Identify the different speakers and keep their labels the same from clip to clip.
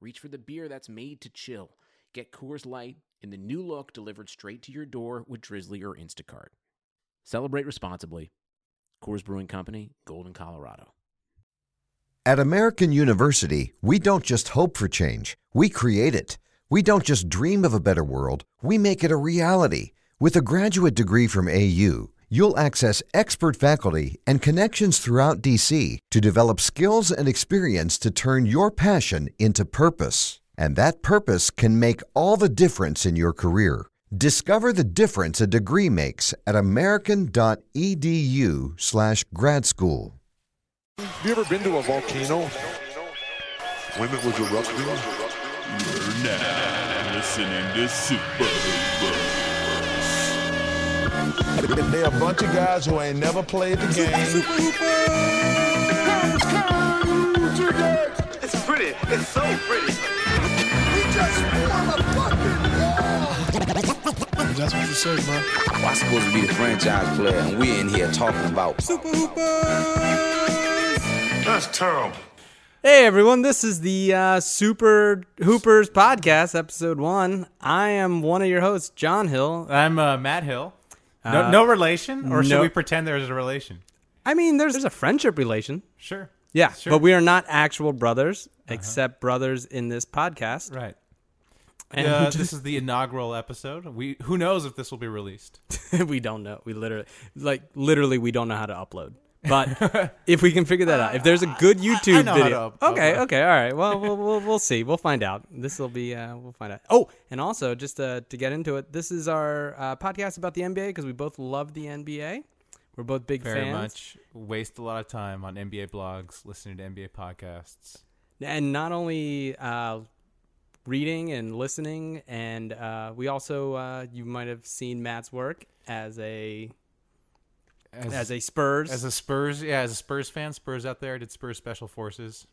Speaker 1: reach for the beer that's made to chill. Get Coors Light in the new look delivered straight to your door with Drizzly or Instacart. Celebrate responsibly. Coors Brewing Company, Golden, Colorado.
Speaker 2: At American University, we don't just hope for change, we create it. We don't just dream of a better world, we make it a reality. With a graduate degree from AU, you'll access expert faculty and connections throughout DC to develop skills and experience to turn your passion into purpose. And that purpose can make all the difference in your career. Discover the difference a degree makes at E american.edu/slash grad school.
Speaker 3: Have you ever been to a volcano?
Speaker 4: Women with erupting.
Speaker 5: You're now listening to Super Hoopers.
Speaker 3: They're a bunch of guys who ain't never played the game.
Speaker 6: It's pretty. It's so pretty.
Speaker 7: I'm supposed to be the franchise player, and we're in here talking about
Speaker 4: That's terrible.
Speaker 8: Hey everyone, this is the uh, Super Hoopers podcast, episode one. I am one of your hosts, John Hill.
Speaker 9: I'm uh, Matt Hill. No, no relation, or
Speaker 8: Uh, no-
Speaker 9: should we pretend there is a relation?
Speaker 8: I mean, there's, there's a friendship relation,
Speaker 9: Sure.
Speaker 8: yeah,
Speaker 9: Sure. Uh-huh.
Speaker 8: but we are not actual brothers, except brothers in this podcast.
Speaker 9: Right.
Speaker 8: And
Speaker 9: Uh, this is the inaugural episode. We who knows if this will be released?
Speaker 8: we don't know. We literally, like, literally, we don't know how to upload. But if we can figure that out, if there's a good YouTube
Speaker 9: know how
Speaker 8: video,
Speaker 9: to up-
Speaker 8: okay,
Speaker 9: upload.
Speaker 8: okay, all right. Well, we'll, we'll, we'll see. We'll find out. This will be, uh, we'll find out. Oh, and also just uh, to get into it, this is our uh, podcast about the NBA because we both love the NBA. We're both big
Speaker 9: Very
Speaker 8: fans,
Speaker 9: much. Waste a lot of time on NBA blogs, listening to NBA podcasts.
Speaker 8: and not only uh, reading and listening, and uh, we also, uh, you might have seen Matt's work as a
Speaker 9: As,
Speaker 8: as a Spurs
Speaker 9: as a Spurs, yeah, as a Spurs fan, Spurs out there I did Spurs special forces.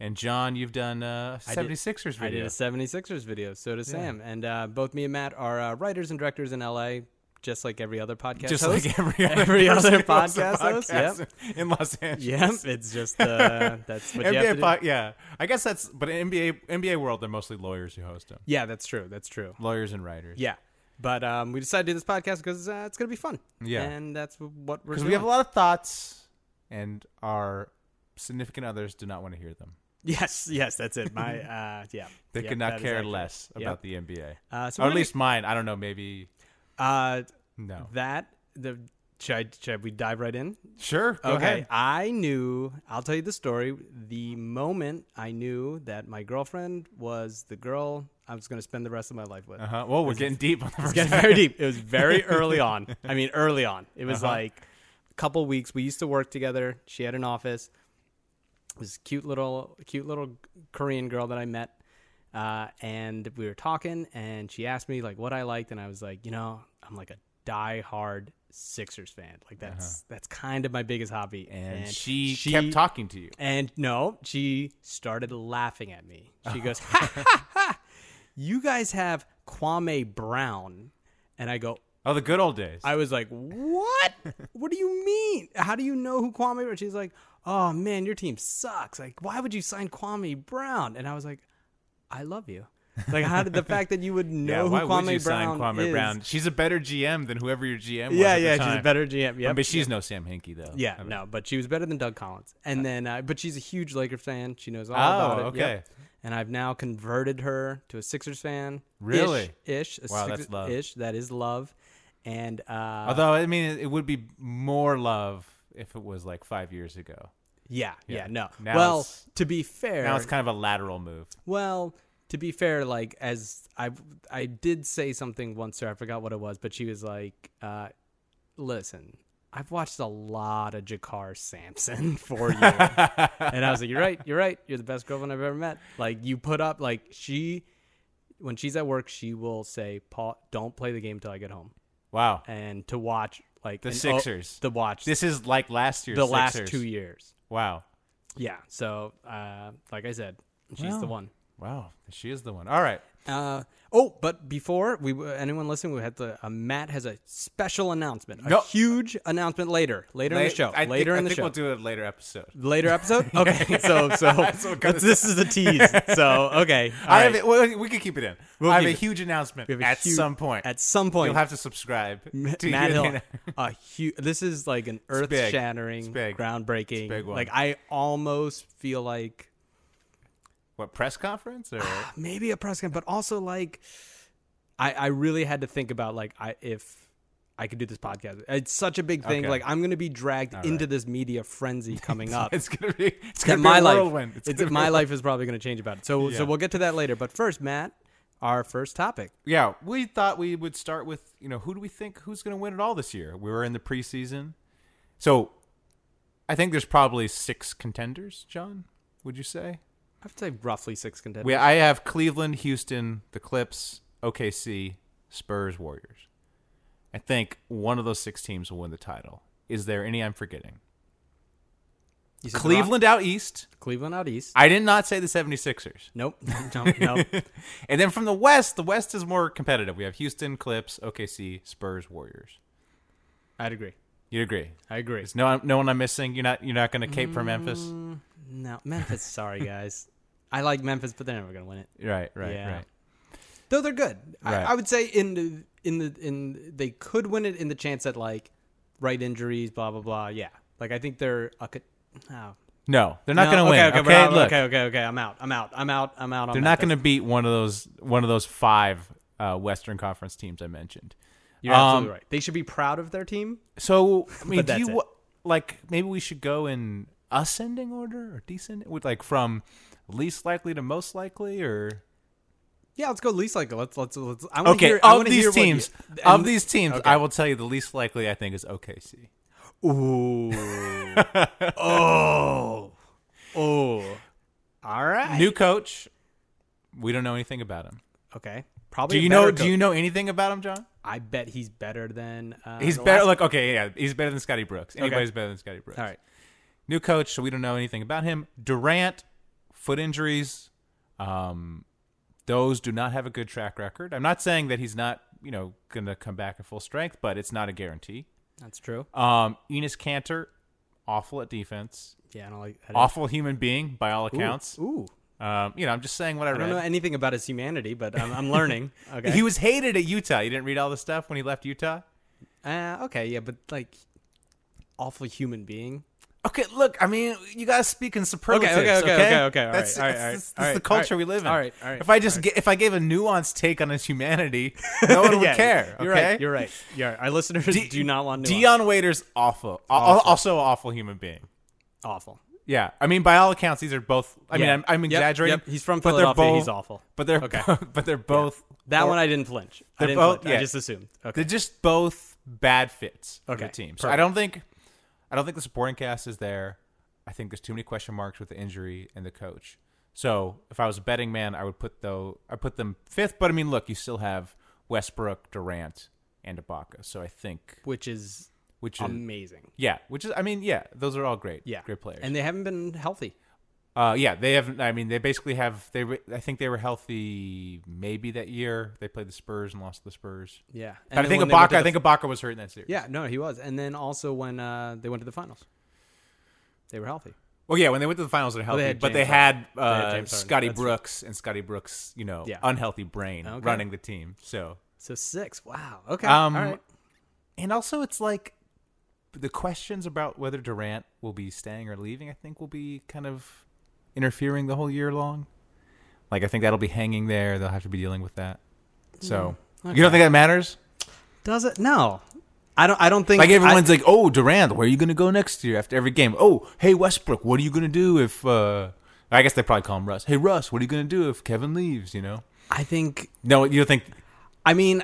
Speaker 9: And John, you've done uh,
Speaker 8: I did-
Speaker 9: 76ers video.
Speaker 8: I did a 76ers video. So does Sam. And uh, both me and Matt are uh, writers and directors in LA, just like every other podcast.
Speaker 9: just
Speaker 8: host.
Speaker 9: like every other,
Speaker 8: Every
Speaker 9: person
Speaker 8: other
Speaker 9: who hosts a
Speaker 8: podcast host,
Speaker 9: podcast
Speaker 8: yep.
Speaker 9: in Los Angeles.
Speaker 8: Yep, it's just uh, that's what you have to
Speaker 9: NBA
Speaker 8: do.
Speaker 9: pod, yeah. I guess that's but in NBA NBA world they're mostly lawyers who host them.
Speaker 8: yeah, that's true. That's true.
Speaker 9: Lawyers and writers.
Speaker 8: Yeah. But um, we decided to do this podcast because uh, it's going to be fun.
Speaker 9: Yeah.
Speaker 8: And that's what we're
Speaker 9: Because
Speaker 8: doing.
Speaker 9: we have a lot of thoughts and our significant others do not want to hear them.
Speaker 8: Yes, yes, that's it. My, uh, yeah.
Speaker 9: They
Speaker 8: Yep,
Speaker 9: could not
Speaker 8: that is
Speaker 9: care
Speaker 8: accurate.
Speaker 9: less
Speaker 8: Yep.
Speaker 9: about the NBA.
Speaker 8: Uh, so
Speaker 9: or
Speaker 8: we're
Speaker 9: at
Speaker 8: gonna-
Speaker 9: least mine. I don't know, maybe
Speaker 8: Uh,
Speaker 9: no.
Speaker 8: that, the, should, I, should we dive right in?
Speaker 9: sure. Go
Speaker 8: Okay,
Speaker 9: ahead.
Speaker 8: I knew. I'll tell you the story. The moment I knew that my girlfriend was the girl I was going to spend the rest of my life with.
Speaker 9: Uh-huh. Well, we're getting deep on the
Speaker 8: It's
Speaker 9: first
Speaker 8: getting
Speaker 9: half.
Speaker 8: very deep. It was very early on. I mean, early on. It was
Speaker 9: Uh-huh.
Speaker 8: like a couple weeks. We used to work together. She had an office. It was a cute little, cute little Korean girl that I met, uh, and we were talking, and she asked me like what I liked, and I was like, you know, I'm like a diehard Sixers fan. Like that's that's kind of my biggest hobby.
Speaker 9: Uh-huh. And she, kept talking to you.
Speaker 8: And no, she started laughing at me. She goes, ha, ha, ha, You guys have Kwame Brown. And I go,
Speaker 9: Oh, the good old days.
Speaker 8: I was like, What? what do you mean? How do you know who Kwame Brown? She's like, Oh man, your team sucks. Like, why would you sign Kwame Brown? And I was like, I love you. Like, how did the fact that you would know
Speaker 9: yeah,
Speaker 8: who
Speaker 9: why
Speaker 8: Kwame
Speaker 9: would you
Speaker 8: Brown
Speaker 9: sign Kwame
Speaker 8: is?
Speaker 9: Brown? She's a better GM than whoever your GM was.
Speaker 8: Yeah,
Speaker 9: at the
Speaker 8: yeah, she's a
Speaker 9: time.
Speaker 8: better GM. Yeah,
Speaker 9: But she's no Sam Hinkie though.
Speaker 8: Yeah,
Speaker 9: I mean,
Speaker 8: no, but she was better than Doug Collins. And then, uh, but she's a huge Laker fan. She knows all
Speaker 9: Oh,
Speaker 8: about it.
Speaker 9: okay.
Speaker 8: Yep. And I've now converted her to a Sixers fan.
Speaker 9: Really?
Speaker 8: Ish. ish a
Speaker 9: Wow, that's
Speaker 8: Sixers-
Speaker 9: love.
Speaker 8: Ish. That is love. And uh,
Speaker 9: Although I mean, it would be more love if it was like five years ago.
Speaker 8: yeah, yeah,
Speaker 9: yeah.
Speaker 8: no.
Speaker 9: Now
Speaker 8: well,
Speaker 9: it's-
Speaker 8: to be fair,
Speaker 9: Now it's kind of a lateral move.
Speaker 8: Well, to be fair, like as I I did say something once, sir, I forgot what it was, but she was like, uh, "Listen, I've watched a lot of Jakar Sampson for you. and I was like, you're right, you're right. You're the best girlfriend I've ever met. Like, you put up, like, she, when she's at work, she will say, Paul, don't play the game till I get home.
Speaker 9: Wow.
Speaker 8: And to watch, like,
Speaker 9: The
Speaker 8: an- oh,
Speaker 9: Sixers.
Speaker 8: to watch
Speaker 9: This is like last year's
Speaker 8: the last
Speaker 9: Sixers.
Speaker 8: two years.
Speaker 9: Wow.
Speaker 8: Yeah. So, uh, like I said, she's the
Speaker 9: Wow.
Speaker 8: one.
Speaker 9: Wow. She is the one. All right.
Speaker 8: Uh, oh, but before we anyone listening, we had the uh, Matt has a special announcement, a
Speaker 9: No.
Speaker 8: huge announcement later, later in the show,
Speaker 9: I
Speaker 8: later
Speaker 9: think,
Speaker 8: in the
Speaker 9: I think
Speaker 8: show,
Speaker 9: we'll do it later episode.
Speaker 8: later episode. Okay, so so, that's- this is a tease. So okay, all
Speaker 9: I have
Speaker 8: right.
Speaker 9: it. We, we could keep it in. I have
Speaker 8: keep
Speaker 9: a
Speaker 8: it.
Speaker 9: huge announcement
Speaker 8: We have a
Speaker 9: at
Speaker 8: huge-
Speaker 9: some point.
Speaker 8: At some point,
Speaker 9: You'll have to subscribe.
Speaker 8: M-
Speaker 9: to
Speaker 8: Matt
Speaker 9: hear the
Speaker 8: Hill,
Speaker 9: annou-
Speaker 8: a huge. This is like an
Speaker 9: It's big.
Speaker 8: earth-shattering,
Speaker 9: It's big.
Speaker 8: groundbreaking.
Speaker 9: It's a big one.
Speaker 8: Like I almost feel like
Speaker 9: what press conference or
Speaker 8: maybe a press conference, but also like I, I really had to think about like I if I could do this podcast. It's such a big thing.
Speaker 9: Okay.
Speaker 8: Like I'm gonna be dragged into this media frenzy coming up.
Speaker 9: it's gonna be it's
Speaker 8: that
Speaker 9: gonna be
Speaker 8: my
Speaker 9: a
Speaker 8: life.
Speaker 9: whirlwind.
Speaker 8: It's,
Speaker 9: gonna be
Speaker 8: my
Speaker 9: a-
Speaker 8: life is probably gonna change about it. So
Speaker 9: Yeah.
Speaker 8: so we'll get to that later. But first, Matt, our first topic.
Speaker 9: Yeah, we thought we would start with you know who do we think who's gonna win it all this year? We were in the preseason, so I think there's probably six contenders. John, would you say?
Speaker 8: I would say roughly six contenders.
Speaker 9: We I have Cleveland, Houston, the Clips, OKC, Spurs, Warriors. I think one of those six teams will win the title. Is there any I'm forgetting?
Speaker 8: You said the Rock-
Speaker 9: Cleveland out east.
Speaker 8: Cleveland out east.
Speaker 9: I did not say the 76ers.
Speaker 8: nope. nope. Nope.
Speaker 9: and then from the west, the west is more competitive. We have Houston, Clips, OKC, Spurs, Warriors.
Speaker 8: I'd agree.
Speaker 9: You'd agree.
Speaker 8: I agree.
Speaker 9: There's no no one I'm missing. You're not you're not going to cape for Memphis.
Speaker 8: Mm. No, Memphis. sorry, guys. I like Memphis, but they're never gonna win it.
Speaker 9: Right, right,
Speaker 8: Yeah.
Speaker 9: right.
Speaker 8: No, they're good.
Speaker 9: Right.
Speaker 8: I, I would say in the in the in they could win it in the chance that like right injuries, blah blah blah. Yeah, like I think they're a, co- oh.
Speaker 9: No, they're not
Speaker 8: No,
Speaker 9: going to win.
Speaker 8: Okay,
Speaker 9: Okay,
Speaker 8: okay, we're out.
Speaker 9: look,
Speaker 8: okay, okay, okay. I'm out. I'm out. I'm out. I'm out. on
Speaker 9: they're not
Speaker 8: Memphis.
Speaker 9: going to beat one of those one of those five uh, Western Conference teams I mentioned.
Speaker 8: You're absolutely
Speaker 9: um,
Speaker 8: right. They should be proud of their team.
Speaker 9: So I mean, do
Speaker 8: that's
Speaker 9: you
Speaker 8: it.
Speaker 9: wa- like maybe we should go in ascending order or descending? With like from least likely to most likely, or
Speaker 8: Yeah, let's go least likely. Let's let's let's. I wanna
Speaker 9: okay
Speaker 8: hear, I
Speaker 9: of
Speaker 8: wanna
Speaker 9: these
Speaker 8: hear what you-
Speaker 9: teams
Speaker 8: and-
Speaker 9: of these teams. I will tell you the least likely I think is OKC.
Speaker 8: Ooh. oh. Oh. All right.
Speaker 9: New coach, we don't know anything about him.
Speaker 8: okay. Probably.
Speaker 9: Do
Speaker 8: a
Speaker 9: you know?
Speaker 8: better
Speaker 9: Do you
Speaker 8: coach.
Speaker 9: know anything about him, John?
Speaker 8: I bet he's better than. Uh,
Speaker 9: He's
Speaker 8: the
Speaker 9: better. Like
Speaker 8: last-
Speaker 9: okay, yeah, he's better than Scotty Brooks. Anybody's better than Scotty Brooks.
Speaker 8: All right.
Speaker 9: new coach, so we don't know anything about him. Durant, foot injuries, um, those do not have a good track record. I'm not saying that he's not, you know, going to come back at full strength, but it's not a guarantee.
Speaker 8: That's true.
Speaker 9: Um, Enos Cantor, awful at defense,
Speaker 8: Yeah, I don't like I don't-
Speaker 9: awful human being by all
Speaker 8: Ooh,
Speaker 9: accounts.
Speaker 8: Ooh,
Speaker 9: Um, you know, I'm just saying what I
Speaker 8: I
Speaker 9: read.
Speaker 8: don't know anything about his humanity, but I'm, I'm learning. Okay,
Speaker 9: He was hated at Utah. You didn't read all the stuff when he left Utah.
Speaker 8: uh, okay, yeah, but like awful human being.
Speaker 9: Okay, look, I mean, you gotta speak in superlatives.
Speaker 8: okay,
Speaker 9: Okay,
Speaker 8: okay, okay, okay, all right,
Speaker 9: That's,
Speaker 8: all
Speaker 9: that's-
Speaker 8: right, all right,
Speaker 9: that's-
Speaker 8: all
Speaker 9: that's the
Speaker 8: right,
Speaker 9: culture
Speaker 8: all
Speaker 9: we
Speaker 8: right,
Speaker 9: live in.
Speaker 8: all right, all right,
Speaker 9: If I just
Speaker 8: all
Speaker 9: ga- if I gave a nuanced take on his humanity, no one would
Speaker 8: Yeah,
Speaker 9: care.
Speaker 8: You're
Speaker 9: okay?
Speaker 8: right. You're right. You're right. Our listeners do, not want nuance.
Speaker 9: Dion Waiters, awful. Al- al- Also, an awful human being.
Speaker 8: awful.
Speaker 9: Yeah, I mean, by all accounts, these are both. I mean,
Speaker 8: Yeah.
Speaker 9: I'm, I'm
Speaker 8: Yep,
Speaker 9: exaggerating.
Speaker 8: yep, he's from
Speaker 9: but they're
Speaker 8: Philadelphia,
Speaker 9: both-
Speaker 8: he's awful.
Speaker 9: But they're
Speaker 8: Okay.
Speaker 9: but they're both.
Speaker 8: That
Speaker 9: or-
Speaker 8: one I didn't flinch.
Speaker 9: They're
Speaker 8: I didn't
Speaker 9: both-
Speaker 8: flinch. I
Speaker 9: yeah.
Speaker 8: just assumed. Okay.
Speaker 9: They're just both bad fits for the
Speaker 8: Okay,
Speaker 9: team. So I don't think I don't think the supporting cast is there. I think there's too many question marks with the injury and the coach. So if I was a betting man, I would put though I put them fifth. But I mean, look, you still have Westbrook, Durant, and Ibaka. So I think
Speaker 8: Which is
Speaker 9: which is
Speaker 8: amazing.
Speaker 9: yeah, which is I mean yeah, those are all great.
Speaker 8: Um, Yeah.
Speaker 9: great players.
Speaker 8: And they haven't been healthy.
Speaker 9: Uh, yeah, they have. I mean, they basically have. They were, I think they were healthy maybe that year. They played the Spurs and lost to the Spurs.
Speaker 8: Yeah. And
Speaker 9: But I
Speaker 8: then
Speaker 9: think
Speaker 8: when they went
Speaker 9: Ibaka.
Speaker 8: to
Speaker 9: I
Speaker 8: the-
Speaker 9: think Ibaka was hurt in that series.
Speaker 8: Yeah, no, he was. And then also when uh, they went to the finals, they were healthy.
Speaker 9: Well, yeah, when they went to the finals, they're healthy,
Speaker 8: had
Speaker 9: but they
Speaker 8: James
Speaker 9: had,
Speaker 8: Harden. They
Speaker 9: uh,
Speaker 8: had James Harden.
Speaker 9: Scotty
Speaker 8: That's
Speaker 9: Brooks and Scotty Brooks, you know,
Speaker 8: Yeah.
Speaker 9: unhealthy brain
Speaker 8: Okay.
Speaker 9: running the team. So,
Speaker 8: So six. Wow. Okay.
Speaker 9: Um,
Speaker 8: All right.
Speaker 9: and also, it's like the questions about whether Durant will be staying or leaving. I think will be kind of interfering the whole year long. Like, I think that'll be hanging there. They'll have to be dealing with that. So, you don't think that matters?
Speaker 8: Does it? No. I don't. I don't think.
Speaker 9: Like everyone's
Speaker 8: I,
Speaker 9: like, "Oh, Durant, where are you going to go next year after every game?" "Oh, hey Westbrook, what are you going to do if uh I guess they probably call him Russ. "Hey Russ, what are you going to do if Kevin leaves, you know?"
Speaker 8: I think.
Speaker 9: No, you don't think
Speaker 8: I mean,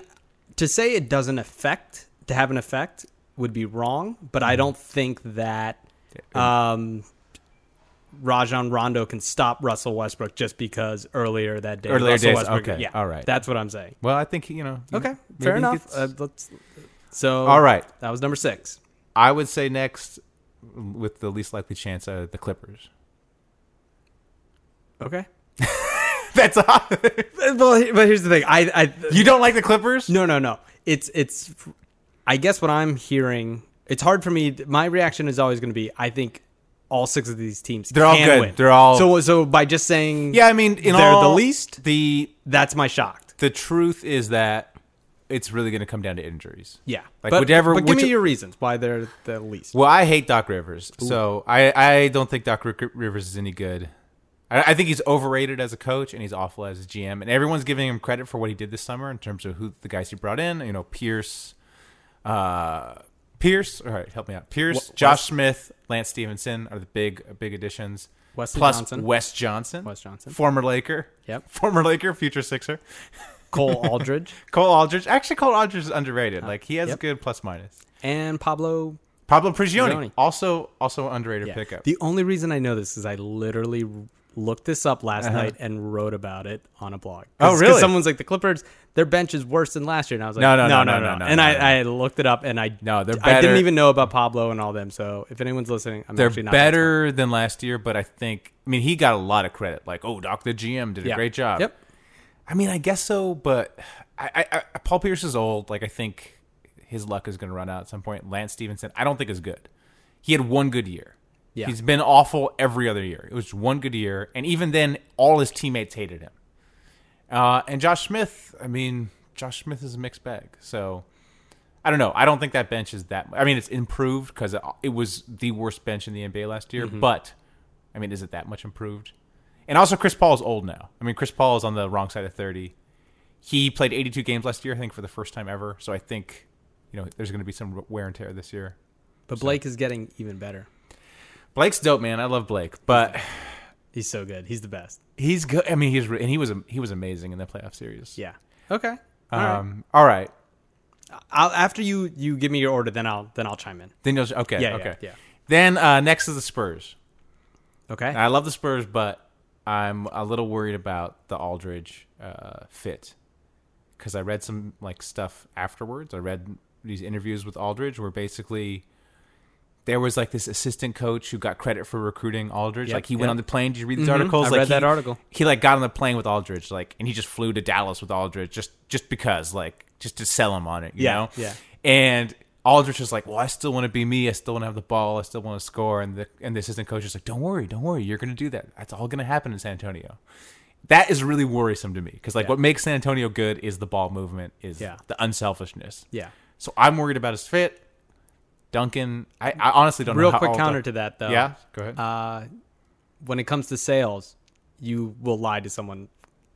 Speaker 8: to say it doesn't affect to have an effect would be wrong, but
Speaker 9: Mm-hmm.
Speaker 8: I don't think that um, Rajon Rondo can stop Russell Westbrook just because earlier that day.
Speaker 9: Earlier
Speaker 8: Russell
Speaker 9: days,
Speaker 8: Westbrook,
Speaker 9: okay,
Speaker 8: yeah,
Speaker 9: all right.
Speaker 8: That's what I'm saying.
Speaker 9: Well, I think you know.
Speaker 8: Okay,
Speaker 9: maybe
Speaker 8: fair
Speaker 9: he
Speaker 8: enough.
Speaker 9: gets-
Speaker 8: Uh, let's, so
Speaker 9: All right.
Speaker 8: that was number six.
Speaker 9: I would say next, with the least likely chance, uh, the Clippers.
Speaker 8: Okay.
Speaker 9: That's odd.
Speaker 8: Well, he- but here's the thing. I, I
Speaker 9: you don't like the Clippers?
Speaker 8: No, no, no. It's it's. I guess what I'm hearing. It's hard for me. My reaction is always going to be. I think all six of these teams.
Speaker 9: They're all
Speaker 8: can
Speaker 9: good.
Speaker 8: win.
Speaker 9: They're all-
Speaker 8: So so by just saying.
Speaker 9: Yeah, I mean, in
Speaker 8: they're
Speaker 9: all,
Speaker 8: the least.
Speaker 9: The
Speaker 8: That's my shocked.
Speaker 9: the truth is that it's really going to come down to injuries.
Speaker 8: Yeah.
Speaker 9: like
Speaker 8: but,
Speaker 9: whatever.
Speaker 8: But give
Speaker 9: which-
Speaker 8: me your reasons why they're the least.
Speaker 9: Well, I hate Doc Rivers, so I, I don't think Doc Rick- Rivers is any good. I, I think he's overrated as a coach and he's awful as a GM. And everyone's giving him credit for what he did this summer in terms of who the guys he brought in. You know, Pierce, uh, Pierce. All right, help me out. Pierce,
Speaker 8: Wes-
Speaker 9: Josh Smith, Lance Stevenson are the big big additions.
Speaker 8: Wesley
Speaker 9: plus
Speaker 8: Johnson.
Speaker 9: Wes Johnson,
Speaker 8: Wes Johnson.
Speaker 9: former Laker.
Speaker 8: Yep.
Speaker 9: former Laker, future Sixer.
Speaker 8: Cole Aldridge
Speaker 9: Cole Aldridge. Actually, Cole Aldridge is underrated. like he has
Speaker 8: Uh, yep.
Speaker 9: a good plus minus.
Speaker 8: and Pablo.
Speaker 9: Pablo Prigioni,
Speaker 8: Prigioni.
Speaker 9: also also underrated
Speaker 8: Yeah.
Speaker 9: pickup.
Speaker 8: The only reason I know this is I literally looked this up last night and wrote about it on a blog. 'Cause-
Speaker 9: Uh-huh. Oh,
Speaker 8: 'cause
Speaker 9: really?
Speaker 8: Someone's like the Clippers. Their bench is worse than last year, and I was like,
Speaker 9: No, no, no, no, no, no,
Speaker 8: And
Speaker 9: no,
Speaker 8: I,
Speaker 9: no.
Speaker 8: I looked it up, and I
Speaker 9: No, they're
Speaker 8: I
Speaker 9: better-
Speaker 8: didn't even know about Pablo and all them. So if anyone's listening, I'm
Speaker 9: They're
Speaker 8: actually not
Speaker 9: better than last year, but I think I mean he got a lot of credit. Like, oh, Doc the GM did
Speaker 8: Yeah.
Speaker 9: a great job.
Speaker 8: Yep.
Speaker 9: I mean, I guess so, but I, I, I Paul Pierce is old. Like, I think his luck is going to run out at some point. Lance Stevenson, I don't think is good. He had one good year.
Speaker 8: Yeah.
Speaker 9: He's been awful every other year. It was one good year, and even then, all his teammates hated him. Uh, and Josh Smith, I mean, Josh Smith is a mixed bag. So I don't know. I don't think that bench is that. I mean, it's improved because it, it was the worst bench in the NBA last year. But I mean, is it that much improved? And also, Chris Paul is old now. I mean, Chris Paul is on the wrong side of thirty. He played 82 games last year, I think, for the first time ever. So I think, you know, there's going to be some wear and tear this year.
Speaker 8: But Blake is getting even better.
Speaker 9: Blake's dope, man. I love Blake, but
Speaker 8: He's so good. He's the best.
Speaker 9: he's good. I mean, he's re- and he was he was amazing in the playoff series.
Speaker 8: Yeah. Okay. All right.
Speaker 9: Um. All right.
Speaker 8: I'll, after you you give me your order, then I'll then I'll chime in.
Speaker 9: Then you'll okay.
Speaker 8: Yeah, yeah,
Speaker 9: okay.
Speaker 8: yeah.
Speaker 9: Then uh, next is the Spurs.
Speaker 8: Okay.
Speaker 9: I love the Spurs, but I'm a little worried about the Aldridge uh, fit because I read some like stuff afterwards. I read these interviews with Aldridge where basically there was like this assistant coach who got credit for recruiting Aldridge.
Speaker 8: Yep,
Speaker 9: like he went
Speaker 8: yep. Mm-hmm.
Speaker 9: on the plane. Did you read these articles?
Speaker 8: I
Speaker 9: like,
Speaker 8: read
Speaker 9: he-
Speaker 8: that article.
Speaker 9: He like got on the plane with Aldridge, like, and he just flew to Dallas with Aldridge just just because, like, just to sell him on it. You
Speaker 8: Yeah,
Speaker 9: know?
Speaker 8: yeah.
Speaker 9: And Aldrich is like, "Well, I still want to be me. I still want to have the ball. I still want to score." And the and the assistant coach is like, "Don't worry, don't worry. You're going to do that. That's all going to happen in San Antonio." That is really worrisome to me because like what makes San Antonio good is the ball movement, is
Speaker 8: Yeah.
Speaker 9: the unselfishness.
Speaker 8: yeah.
Speaker 9: So I'm worried about his fit. Duncan, I, I honestly don't
Speaker 8: Real
Speaker 9: know. how
Speaker 8: quick
Speaker 9: old
Speaker 8: counter
Speaker 9: Dun-
Speaker 8: to that though.
Speaker 9: Yeah, go ahead.
Speaker 8: when it comes to sales, you will lie to someone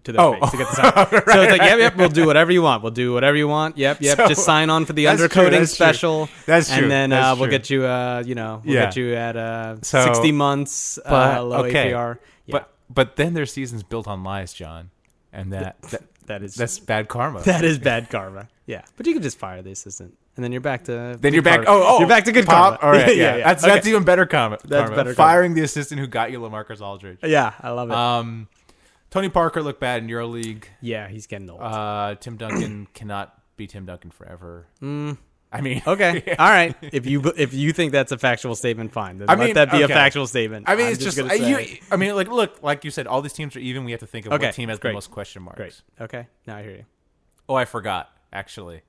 Speaker 8: to their
Speaker 9: Oh.
Speaker 8: face to get the sign. so it's like, yep, yep, we'll do whatever you want. We'll do whatever you want. Yep, yep.
Speaker 9: So-
Speaker 8: just sign on for the
Speaker 9: That's true,
Speaker 8: undercoating
Speaker 9: that's true.
Speaker 8: special.
Speaker 9: That's true,
Speaker 8: And then uh,
Speaker 9: that's
Speaker 8: we'll
Speaker 9: true.
Speaker 8: get you, uh, you know, we'll
Speaker 9: Yeah.
Speaker 8: get you at uh,
Speaker 9: So-
Speaker 8: 60 months, uh, low APR. Yeah,
Speaker 9: But but then their season's built on lies, John, and that, that
Speaker 8: that is
Speaker 9: that's bad karma.
Speaker 8: that is bad karma. Yeah, but you can just fire the assistant, and then you're back to
Speaker 9: then
Speaker 8: good
Speaker 9: you're back.
Speaker 8: karma.
Speaker 9: Oh, oh,
Speaker 8: you're back to good
Speaker 9: pop.
Speaker 8: karma.
Speaker 9: All right, yeah, That's that's even better karma.
Speaker 8: That's
Speaker 9: karma.
Speaker 8: better karma.
Speaker 9: Firing the assistant who got you Lamarcus Aldridge.
Speaker 8: yeah, I love it.
Speaker 9: Um, Tony Parker looked bad in EuroLeague.
Speaker 8: yeah, he's getting old.
Speaker 9: Uh, Tim Duncan cannot be Tim Duncan forever. Mm. I mean,
Speaker 8: Okay.
Speaker 9: yeah.
Speaker 8: All right. If you if you think that's a factual statement, fine. Then
Speaker 9: I
Speaker 8: let
Speaker 9: mean,
Speaker 8: that be a
Speaker 9: okay.
Speaker 8: factual statement.
Speaker 9: I mean,
Speaker 8: I'm
Speaker 9: it's just,
Speaker 8: gonna
Speaker 9: I,
Speaker 8: say-
Speaker 9: you, I mean, like, look, like you said, all these teams are even. We have to think of
Speaker 8: Okay,
Speaker 9: what team has
Speaker 8: great.
Speaker 9: the most question marks.
Speaker 8: great. Okay. Now I hear you.
Speaker 9: Oh, I forgot actually.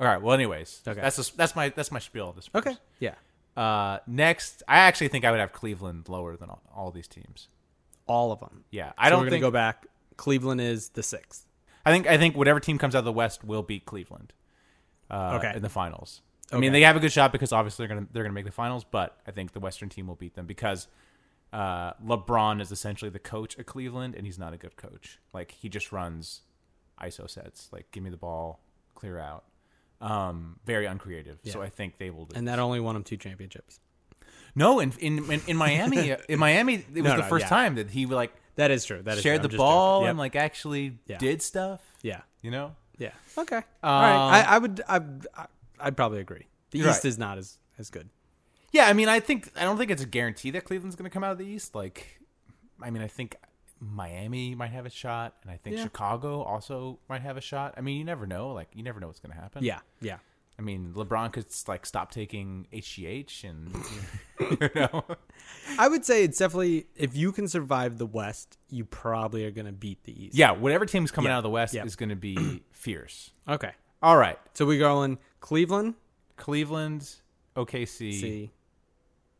Speaker 9: All right. Well, anyways,
Speaker 8: Okay.
Speaker 9: that's a, that's my that's my spiel. This
Speaker 8: Okay. Yeah.
Speaker 9: Uh, next, I actually think I would have Cleveland lower than all, all these teams.
Speaker 8: All of them.
Speaker 9: Yeah, I
Speaker 8: So
Speaker 9: don't
Speaker 8: we're
Speaker 9: think.
Speaker 8: gonna go back. Cleveland is the sixth.
Speaker 9: I think I think whatever team comes out of the West will beat Cleveland. Uh,
Speaker 8: Okay.
Speaker 9: In the finals, I mean
Speaker 8: Okay.
Speaker 9: they have a good shot because obviously they're gonna they're gonna make the finals, but I think the Western team will beat them because uh, LeBron is essentially the coach at Cleveland, and he's not a good coach. Like he just runs ISO sets, like give me the ball, clear out. Um, very uncreative. So I think they will. Lose.
Speaker 8: And that only won him two championships.
Speaker 9: no, in in in, in Miami, in Miami, it was
Speaker 8: No,
Speaker 9: the
Speaker 8: no,
Speaker 9: first
Speaker 8: yeah.
Speaker 9: time that he like
Speaker 8: That is true. That is
Speaker 9: shared
Speaker 8: true.
Speaker 9: the
Speaker 8: I'm just
Speaker 9: ball
Speaker 8: joking.
Speaker 9: and like actually
Speaker 8: Yeah.
Speaker 9: did stuff.
Speaker 8: Yep.
Speaker 9: You know.
Speaker 8: Yeah. Yeah. Okay. All right. I, I would I I'd probably agree. The
Speaker 9: Um, You're
Speaker 8: East
Speaker 9: right.
Speaker 8: is not as as good.
Speaker 9: Yeah, I mean, I think I don't think it's a guarantee that Cleveland's going to come out of the East. Like, I mean, I think Miami might have a shot, and I think
Speaker 8: Yeah.
Speaker 9: Chicago also might have a shot. I mean, you never know. Like, you never know what's going to happen.
Speaker 8: Yeah, yeah.
Speaker 9: I mean, LeBron could like stop taking HGH, and you know,
Speaker 8: I would say it's definitely if you can survive the West, you probably are going to beat the East.
Speaker 9: yeah, whatever team's coming out of the West
Speaker 8: yeah.
Speaker 9: is going to be fierce.
Speaker 8: Okay.
Speaker 9: All right,
Speaker 8: So we go in Cleveland,
Speaker 9: Cleveland, OKC,
Speaker 8: see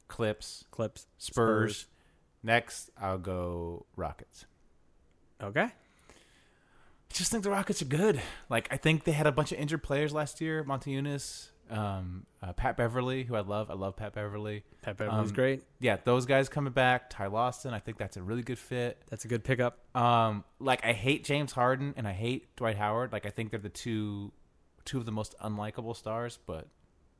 Speaker 9: Clips,
Speaker 8: clips,
Speaker 9: Spurs. Next, I'll go Rockets.
Speaker 8: Okay.
Speaker 9: I just think the Rockets are good. Like I think they had a bunch of injured players last year. Monte Eunice, um, uh, Pat Beverly, who I love. I love Pat Beverly.
Speaker 8: Pat Beverly's
Speaker 9: Um,
Speaker 8: great.
Speaker 9: Yeah, those guys coming back. Ty Lawson, I think that's a really good fit.
Speaker 8: That's a good pickup.
Speaker 9: Um, like I hate James Harden and I hate Dwight Howard. Like I think they're the two, two of the most unlikable stars, but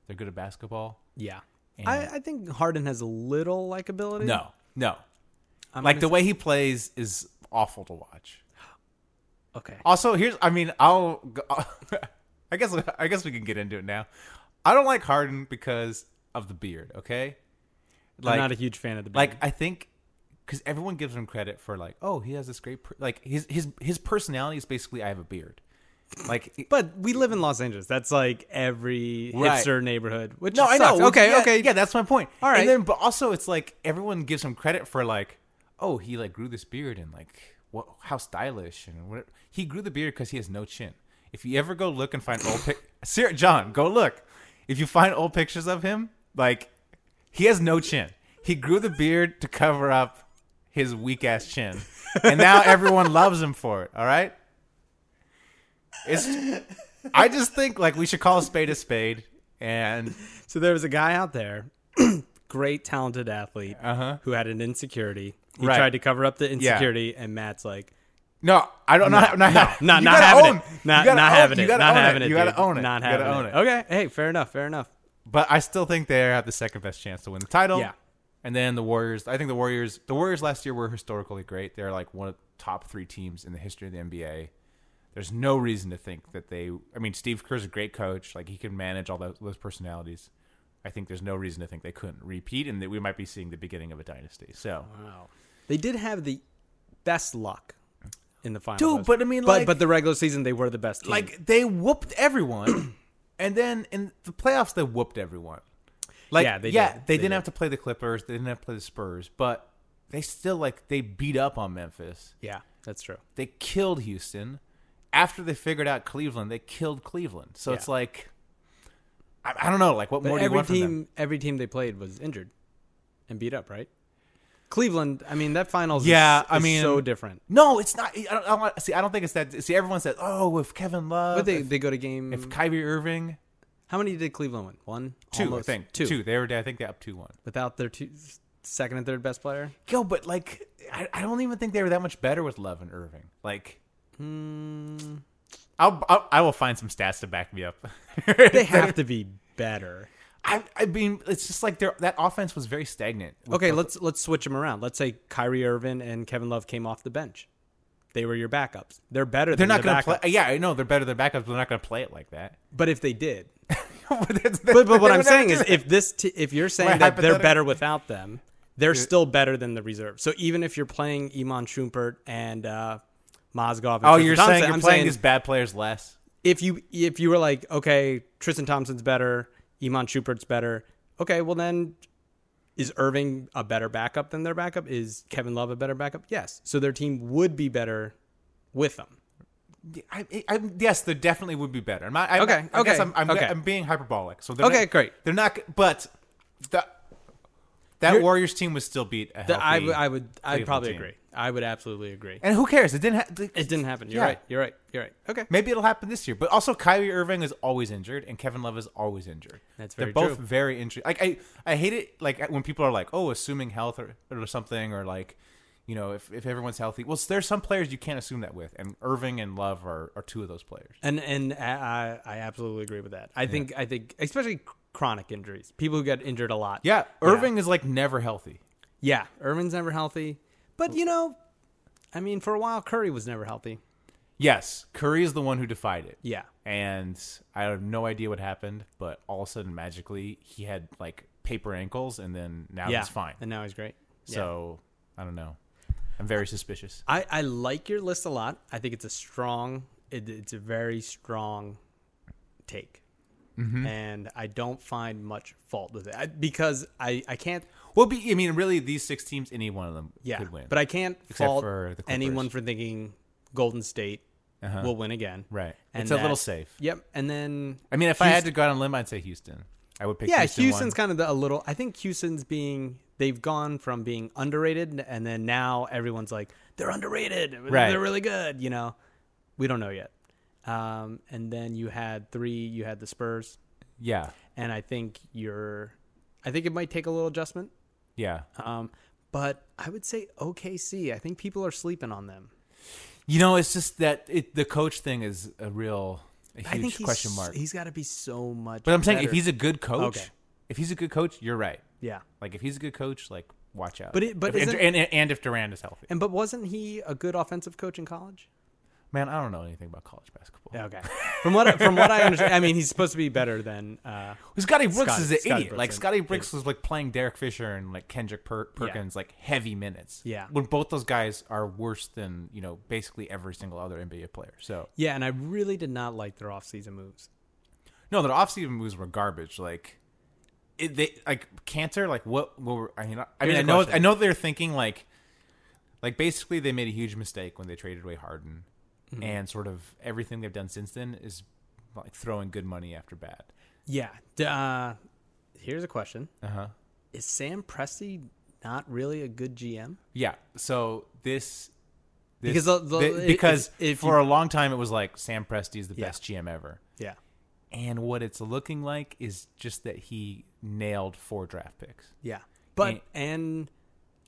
Speaker 9: they're good at basketball.
Speaker 8: Yeah.
Speaker 9: And
Speaker 8: I, I think Harden has a little likability.
Speaker 9: no, no.
Speaker 8: I'm
Speaker 9: Like the
Speaker 8: gonna
Speaker 9: way he plays is awful to watch.
Speaker 8: say- Okay.
Speaker 9: Also, here's I mean, I'll go, I guess I guess we can get into it now. I don't like Harden because of the beard, okay?
Speaker 8: I'm not a huge fan of the
Speaker 9: like
Speaker 8: Beard.
Speaker 9: I think cuz everyone gives him credit for like, oh, he has this great per-, like his his his personality is basically I have a beard. Like
Speaker 8: But we live in Los Angeles. That's like every
Speaker 9: Right.
Speaker 8: hipster neighborhood. Which
Speaker 9: No, I know.
Speaker 8: sucks. Okay,
Speaker 9: yeah,
Speaker 8: okay.
Speaker 9: Yeah, that's my point.
Speaker 8: All right.
Speaker 9: And then, but also, it's like everyone gives him credit for like, oh, he like grew this beard and like what, how stylish and what he grew the beard because he has no chin. If you ever go look and find old pic, Sir John, go look. If you find old pictures of him, like he has no chin. He grew the beard to cover up his weak ass chin, and now everyone loves him for it. All right. It's. I just think like we should call a spade a spade, and
Speaker 8: So there was a guy out there, great talented athlete, who had an insecurity. He
Speaker 9: Uh-huh. Right.
Speaker 8: tried to cover up the insecurity, and Matt's like,
Speaker 9: No, I don't. Not, not,
Speaker 8: not,
Speaker 9: you
Speaker 8: not
Speaker 9: gotta
Speaker 8: having
Speaker 9: own-
Speaker 8: it.
Speaker 9: you
Speaker 8: Not,
Speaker 9: gotta
Speaker 8: not
Speaker 9: own-
Speaker 8: having
Speaker 9: you
Speaker 8: it.
Speaker 9: gotta
Speaker 8: Not
Speaker 9: own
Speaker 8: having it.
Speaker 9: You gotta
Speaker 8: dude.
Speaker 9: own it.
Speaker 8: Not
Speaker 9: you gotta
Speaker 8: having
Speaker 9: own it.
Speaker 8: Okay. Hey, fair enough. Fair enough.
Speaker 9: But I still think they have the second best chance to win the title.
Speaker 8: Yeah.
Speaker 9: And then the Warriors. I think the Warriors. The Warriors last year were historically great. They're like one of the top three teams in the history of the NBA. There's no reason to think that they. I mean, Steve Kerr's a great coach. Like he can manage all those, those personalities. I think there's no reason to think they couldn't repeat, and that we might be seeing the beginning of a dynasty. So,
Speaker 8: Wow. They did have the best luck in the finals.
Speaker 9: Dude, but I mean,
Speaker 8: but
Speaker 9: like-
Speaker 8: but the regular season they were the best. Team.
Speaker 9: like they whooped everyone, and then in the playoffs they whooped everyone. Like
Speaker 8: Yeah,
Speaker 9: yeah, they,
Speaker 8: they did. They
Speaker 9: didn't
Speaker 8: did.
Speaker 9: have to play the Clippers, they didn't have to play the Spurs, but they still like they beat up on Memphis.
Speaker 8: yeah, that's true.
Speaker 9: They killed Houston. After they figured out Cleveland, they killed Cleveland. So it's
Speaker 8: Yeah.
Speaker 9: like I, I don't know, like what
Speaker 8: But
Speaker 9: more do you
Speaker 8: every
Speaker 9: want from them?
Speaker 8: team, every team they played was injured and beat up, right? Cleveland. I mean, that finals. is-
Speaker 9: Yeah,
Speaker 8: is,
Speaker 9: I mean-
Speaker 8: so different.
Speaker 9: No, it's not. I don't, I don't, want- see, I don't think it's that. See, everyone says, "Oh, if Kevin Love,
Speaker 8: But they,
Speaker 9: if,
Speaker 8: they go to game.
Speaker 9: if Kyrie Irving,
Speaker 8: how many did Cleveland win? One,
Speaker 9: two,
Speaker 8: Almost.
Speaker 9: I think,
Speaker 8: two,
Speaker 9: two. They were, I think, they up two one.
Speaker 8: without their two, second and third best player.
Speaker 9: Yo, but like, I, I don't even think they were that much better with Love and Irving. Like, hmm. I'll, I'll I will find some stats to back me up.
Speaker 8: They have to be better.
Speaker 9: I, I mean, it's just like their that offense was very stagnant. with
Speaker 8: Okay,
Speaker 9: both-
Speaker 8: let's let's switch them around. Let's say Kyrie Irving and Kevin Love came off the bench. They were your backups. They're better.
Speaker 9: they're
Speaker 8: than
Speaker 9: not
Speaker 8: the
Speaker 9: going to play.
Speaker 8: backups.
Speaker 9: Yeah, I know they're better than backups, but they're not going to play it like that.
Speaker 8: But if they did,
Speaker 9: but, that's-
Speaker 8: but but
Speaker 9: they would
Speaker 8: what I'm
Speaker 9: never
Speaker 8: saying
Speaker 9: do
Speaker 8: is,
Speaker 9: that.
Speaker 8: if this t- if you're saying
Speaker 9: Right,
Speaker 8: that they're
Speaker 9: hypothetical-
Speaker 8: better without them, they're still better than the reserve. So even if you're playing Iman Shumpert and uh, Mozgov, and
Speaker 9: oh,
Speaker 8: Tristan
Speaker 9: you're
Speaker 8: Thompson,
Speaker 9: saying you're
Speaker 8: I'm
Speaker 9: playing
Speaker 8: saying
Speaker 9: these bad players less.
Speaker 8: if you if you were like, okay, Tristan Thompson's better, Iman Schubert's better, okay, well then is Irving a better backup than their backup? Is Kevin Love a better backup? Yes. So their team would be better with them.
Speaker 9: I, I, I'm- yes, they definitely would be better. I'm not, I'm,
Speaker 8: Okay,
Speaker 9: I guess
Speaker 8: okay,
Speaker 9: I'm, I'm,
Speaker 8: okay.
Speaker 9: I'm being hyperbolic. So they're
Speaker 8: Okay,
Speaker 9: not-
Speaker 8: great.
Speaker 9: They're not, but the, that
Speaker 8: You're-
Speaker 9: Warriors team was still beat. A
Speaker 8: Th- I
Speaker 9: healthy
Speaker 8: would I would I'd
Speaker 9: Cleveland
Speaker 8: probably
Speaker 9: team.
Speaker 8: agree. I would absolutely agree.
Speaker 9: And who cares? It didn't. Ha-
Speaker 8: It didn't happen. You're
Speaker 9: Yeah.
Speaker 8: right. You're right. You're right. Okay.
Speaker 9: Maybe it'll happen this year. But also, Kyrie Irving is always injured, and Kevin Love is always injured.
Speaker 8: That's very
Speaker 9: They're both
Speaker 8: true.
Speaker 9: very injured. Like I, I hate it. Like when people are like, "Oh, assuming health or, or something," or like, you know, if, if everyone's healthy. Well, there's some players you can't assume that with, and Irving and Love are, are two of those players.
Speaker 8: And and I I I absolutely agree with that. I think I think especially chronic injuries, people who get injured a lot.
Speaker 9: Yeah, Irving is like never healthy.
Speaker 8: Yeah, Irvin's never healthy. But you know, I mean, for a while Curry was never healthy.
Speaker 9: Yes, Curry is the one who defied it.
Speaker 8: Yeah.
Speaker 9: And I have no idea what happened, but all of a sudden, magically, he had like paper ankles, and then now
Speaker 8: yeah.
Speaker 9: he's fine.
Speaker 8: And now he's great.
Speaker 9: So I don't know. I'm very suspicious.
Speaker 8: I, I like your list a lot. I think it's a strong, it, it's a very strong take.
Speaker 9: Mm-hmm.
Speaker 8: And I don't find much fault with it I, because I, I can't,
Speaker 9: Well, be, I mean, really, these six teams, any one of them
Speaker 8: yeah,
Speaker 9: could win.
Speaker 8: but I can't
Speaker 9: Except
Speaker 8: fault
Speaker 9: for the Clippers. Uh-huh.
Speaker 8: anyone for thinking Golden State will win again.
Speaker 9: Right. It's a little safe.
Speaker 8: Yep. And then,
Speaker 9: I mean, if I had to go out on a limb, I'd say Houston. I would pick.
Speaker 8: yeah,
Speaker 9: Houston
Speaker 8: Houston's
Speaker 9: one.
Speaker 8: kind of the, a little, I think Houston's being, they've gone from being underrated and then now everyone's like, they're underrated.
Speaker 9: Right.
Speaker 8: They're really good, you know. We don't know yet. Um, and then you had three, you had the Spurs.
Speaker 9: yeah,
Speaker 8: and I think you're I think it might take a little adjustment.
Speaker 9: yeah.
Speaker 8: Um, but I would say OKC. I think people are sleeping on them.
Speaker 9: You know, it's just that it, the coach thing is a real a huge
Speaker 8: I think he's,
Speaker 9: question mark.
Speaker 8: He's got to be so much.
Speaker 9: but I'm saying, if
Speaker 8: better.
Speaker 9: he's a good coach,
Speaker 8: Okay.
Speaker 9: if he's a good coach, you're right.
Speaker 8: yeah,
Speaker 9: Like if he's a good coach, like watch out.
Speaker 8: But it- but
Speaker 9: If-
Speaker 8: isn't-
Speaker 9: and, and and if Durant is healthy,
Speaker 8: and but wasn't he a good offensive coach in college?
Speaker 9: man, I don't know anything about college basketball.
Speaker 8: Okay, from what I- from what I understand, I mean he's supposed to be better than. Uh,
Speaker 9: Scotty Brooks
Speaker 8: Scotty-
Speaker 9: is an
Speaker 8: Scotty
Speaker 9: idiot.
Speaker 8: Brooks
Speaker 9: like
Speaker 8: is-
Speaker 9: Scotty Brooks was like playing Derek Fisher and like Kendrick per- Perkins like heavy minutes.
Speaker 8: Yeah.
Speaker 9: when both those guys are worse than you know basically every single other NBA player. So
Speaker 8: yeah, and I really did not like their offseason moves.
Speaker 9: No, their offseason moves were garbage. Like, it, they like Cantor. Like, what? what were, I mean, I- I mean,
Speaker 8: Here's
Speaker 9: I
Speaker 8: a
Speaker 9: know,
Speaker 8: question.
Speaker 9: I know they're thinking like, like basically they made a huge mistake when they traded away Harden,
Speaker 8: Mm-hmm.
Speaker 9: and sort of everything they've done since then is like throwing good money after bad.
Speaker 8: Yeah. D- Uh, here's a question:
Speaker 9: Uh huh.
Speaker 8: Is Sam Presti not really a good GM?
Speaker 9: Yeah. So this. this
Speaker 8: Because the- the-
Speaker 9: thi-
Speaker 8: it-
Speaker 9: because
Speaker 8: if- if
Speaker 9: for a
Speaker 8: you-
Speaker 9: long time it was like Sam Presti is the
Speaker 8: Yeah.
Speaker 9: best GM ever,
Speaker 8: Yeah.
Speaker 9: and what it's looking like is just that he nailed four draft picks.
Speaker 8: Yeah. But
Speaker 9: And-
Speaker 8: and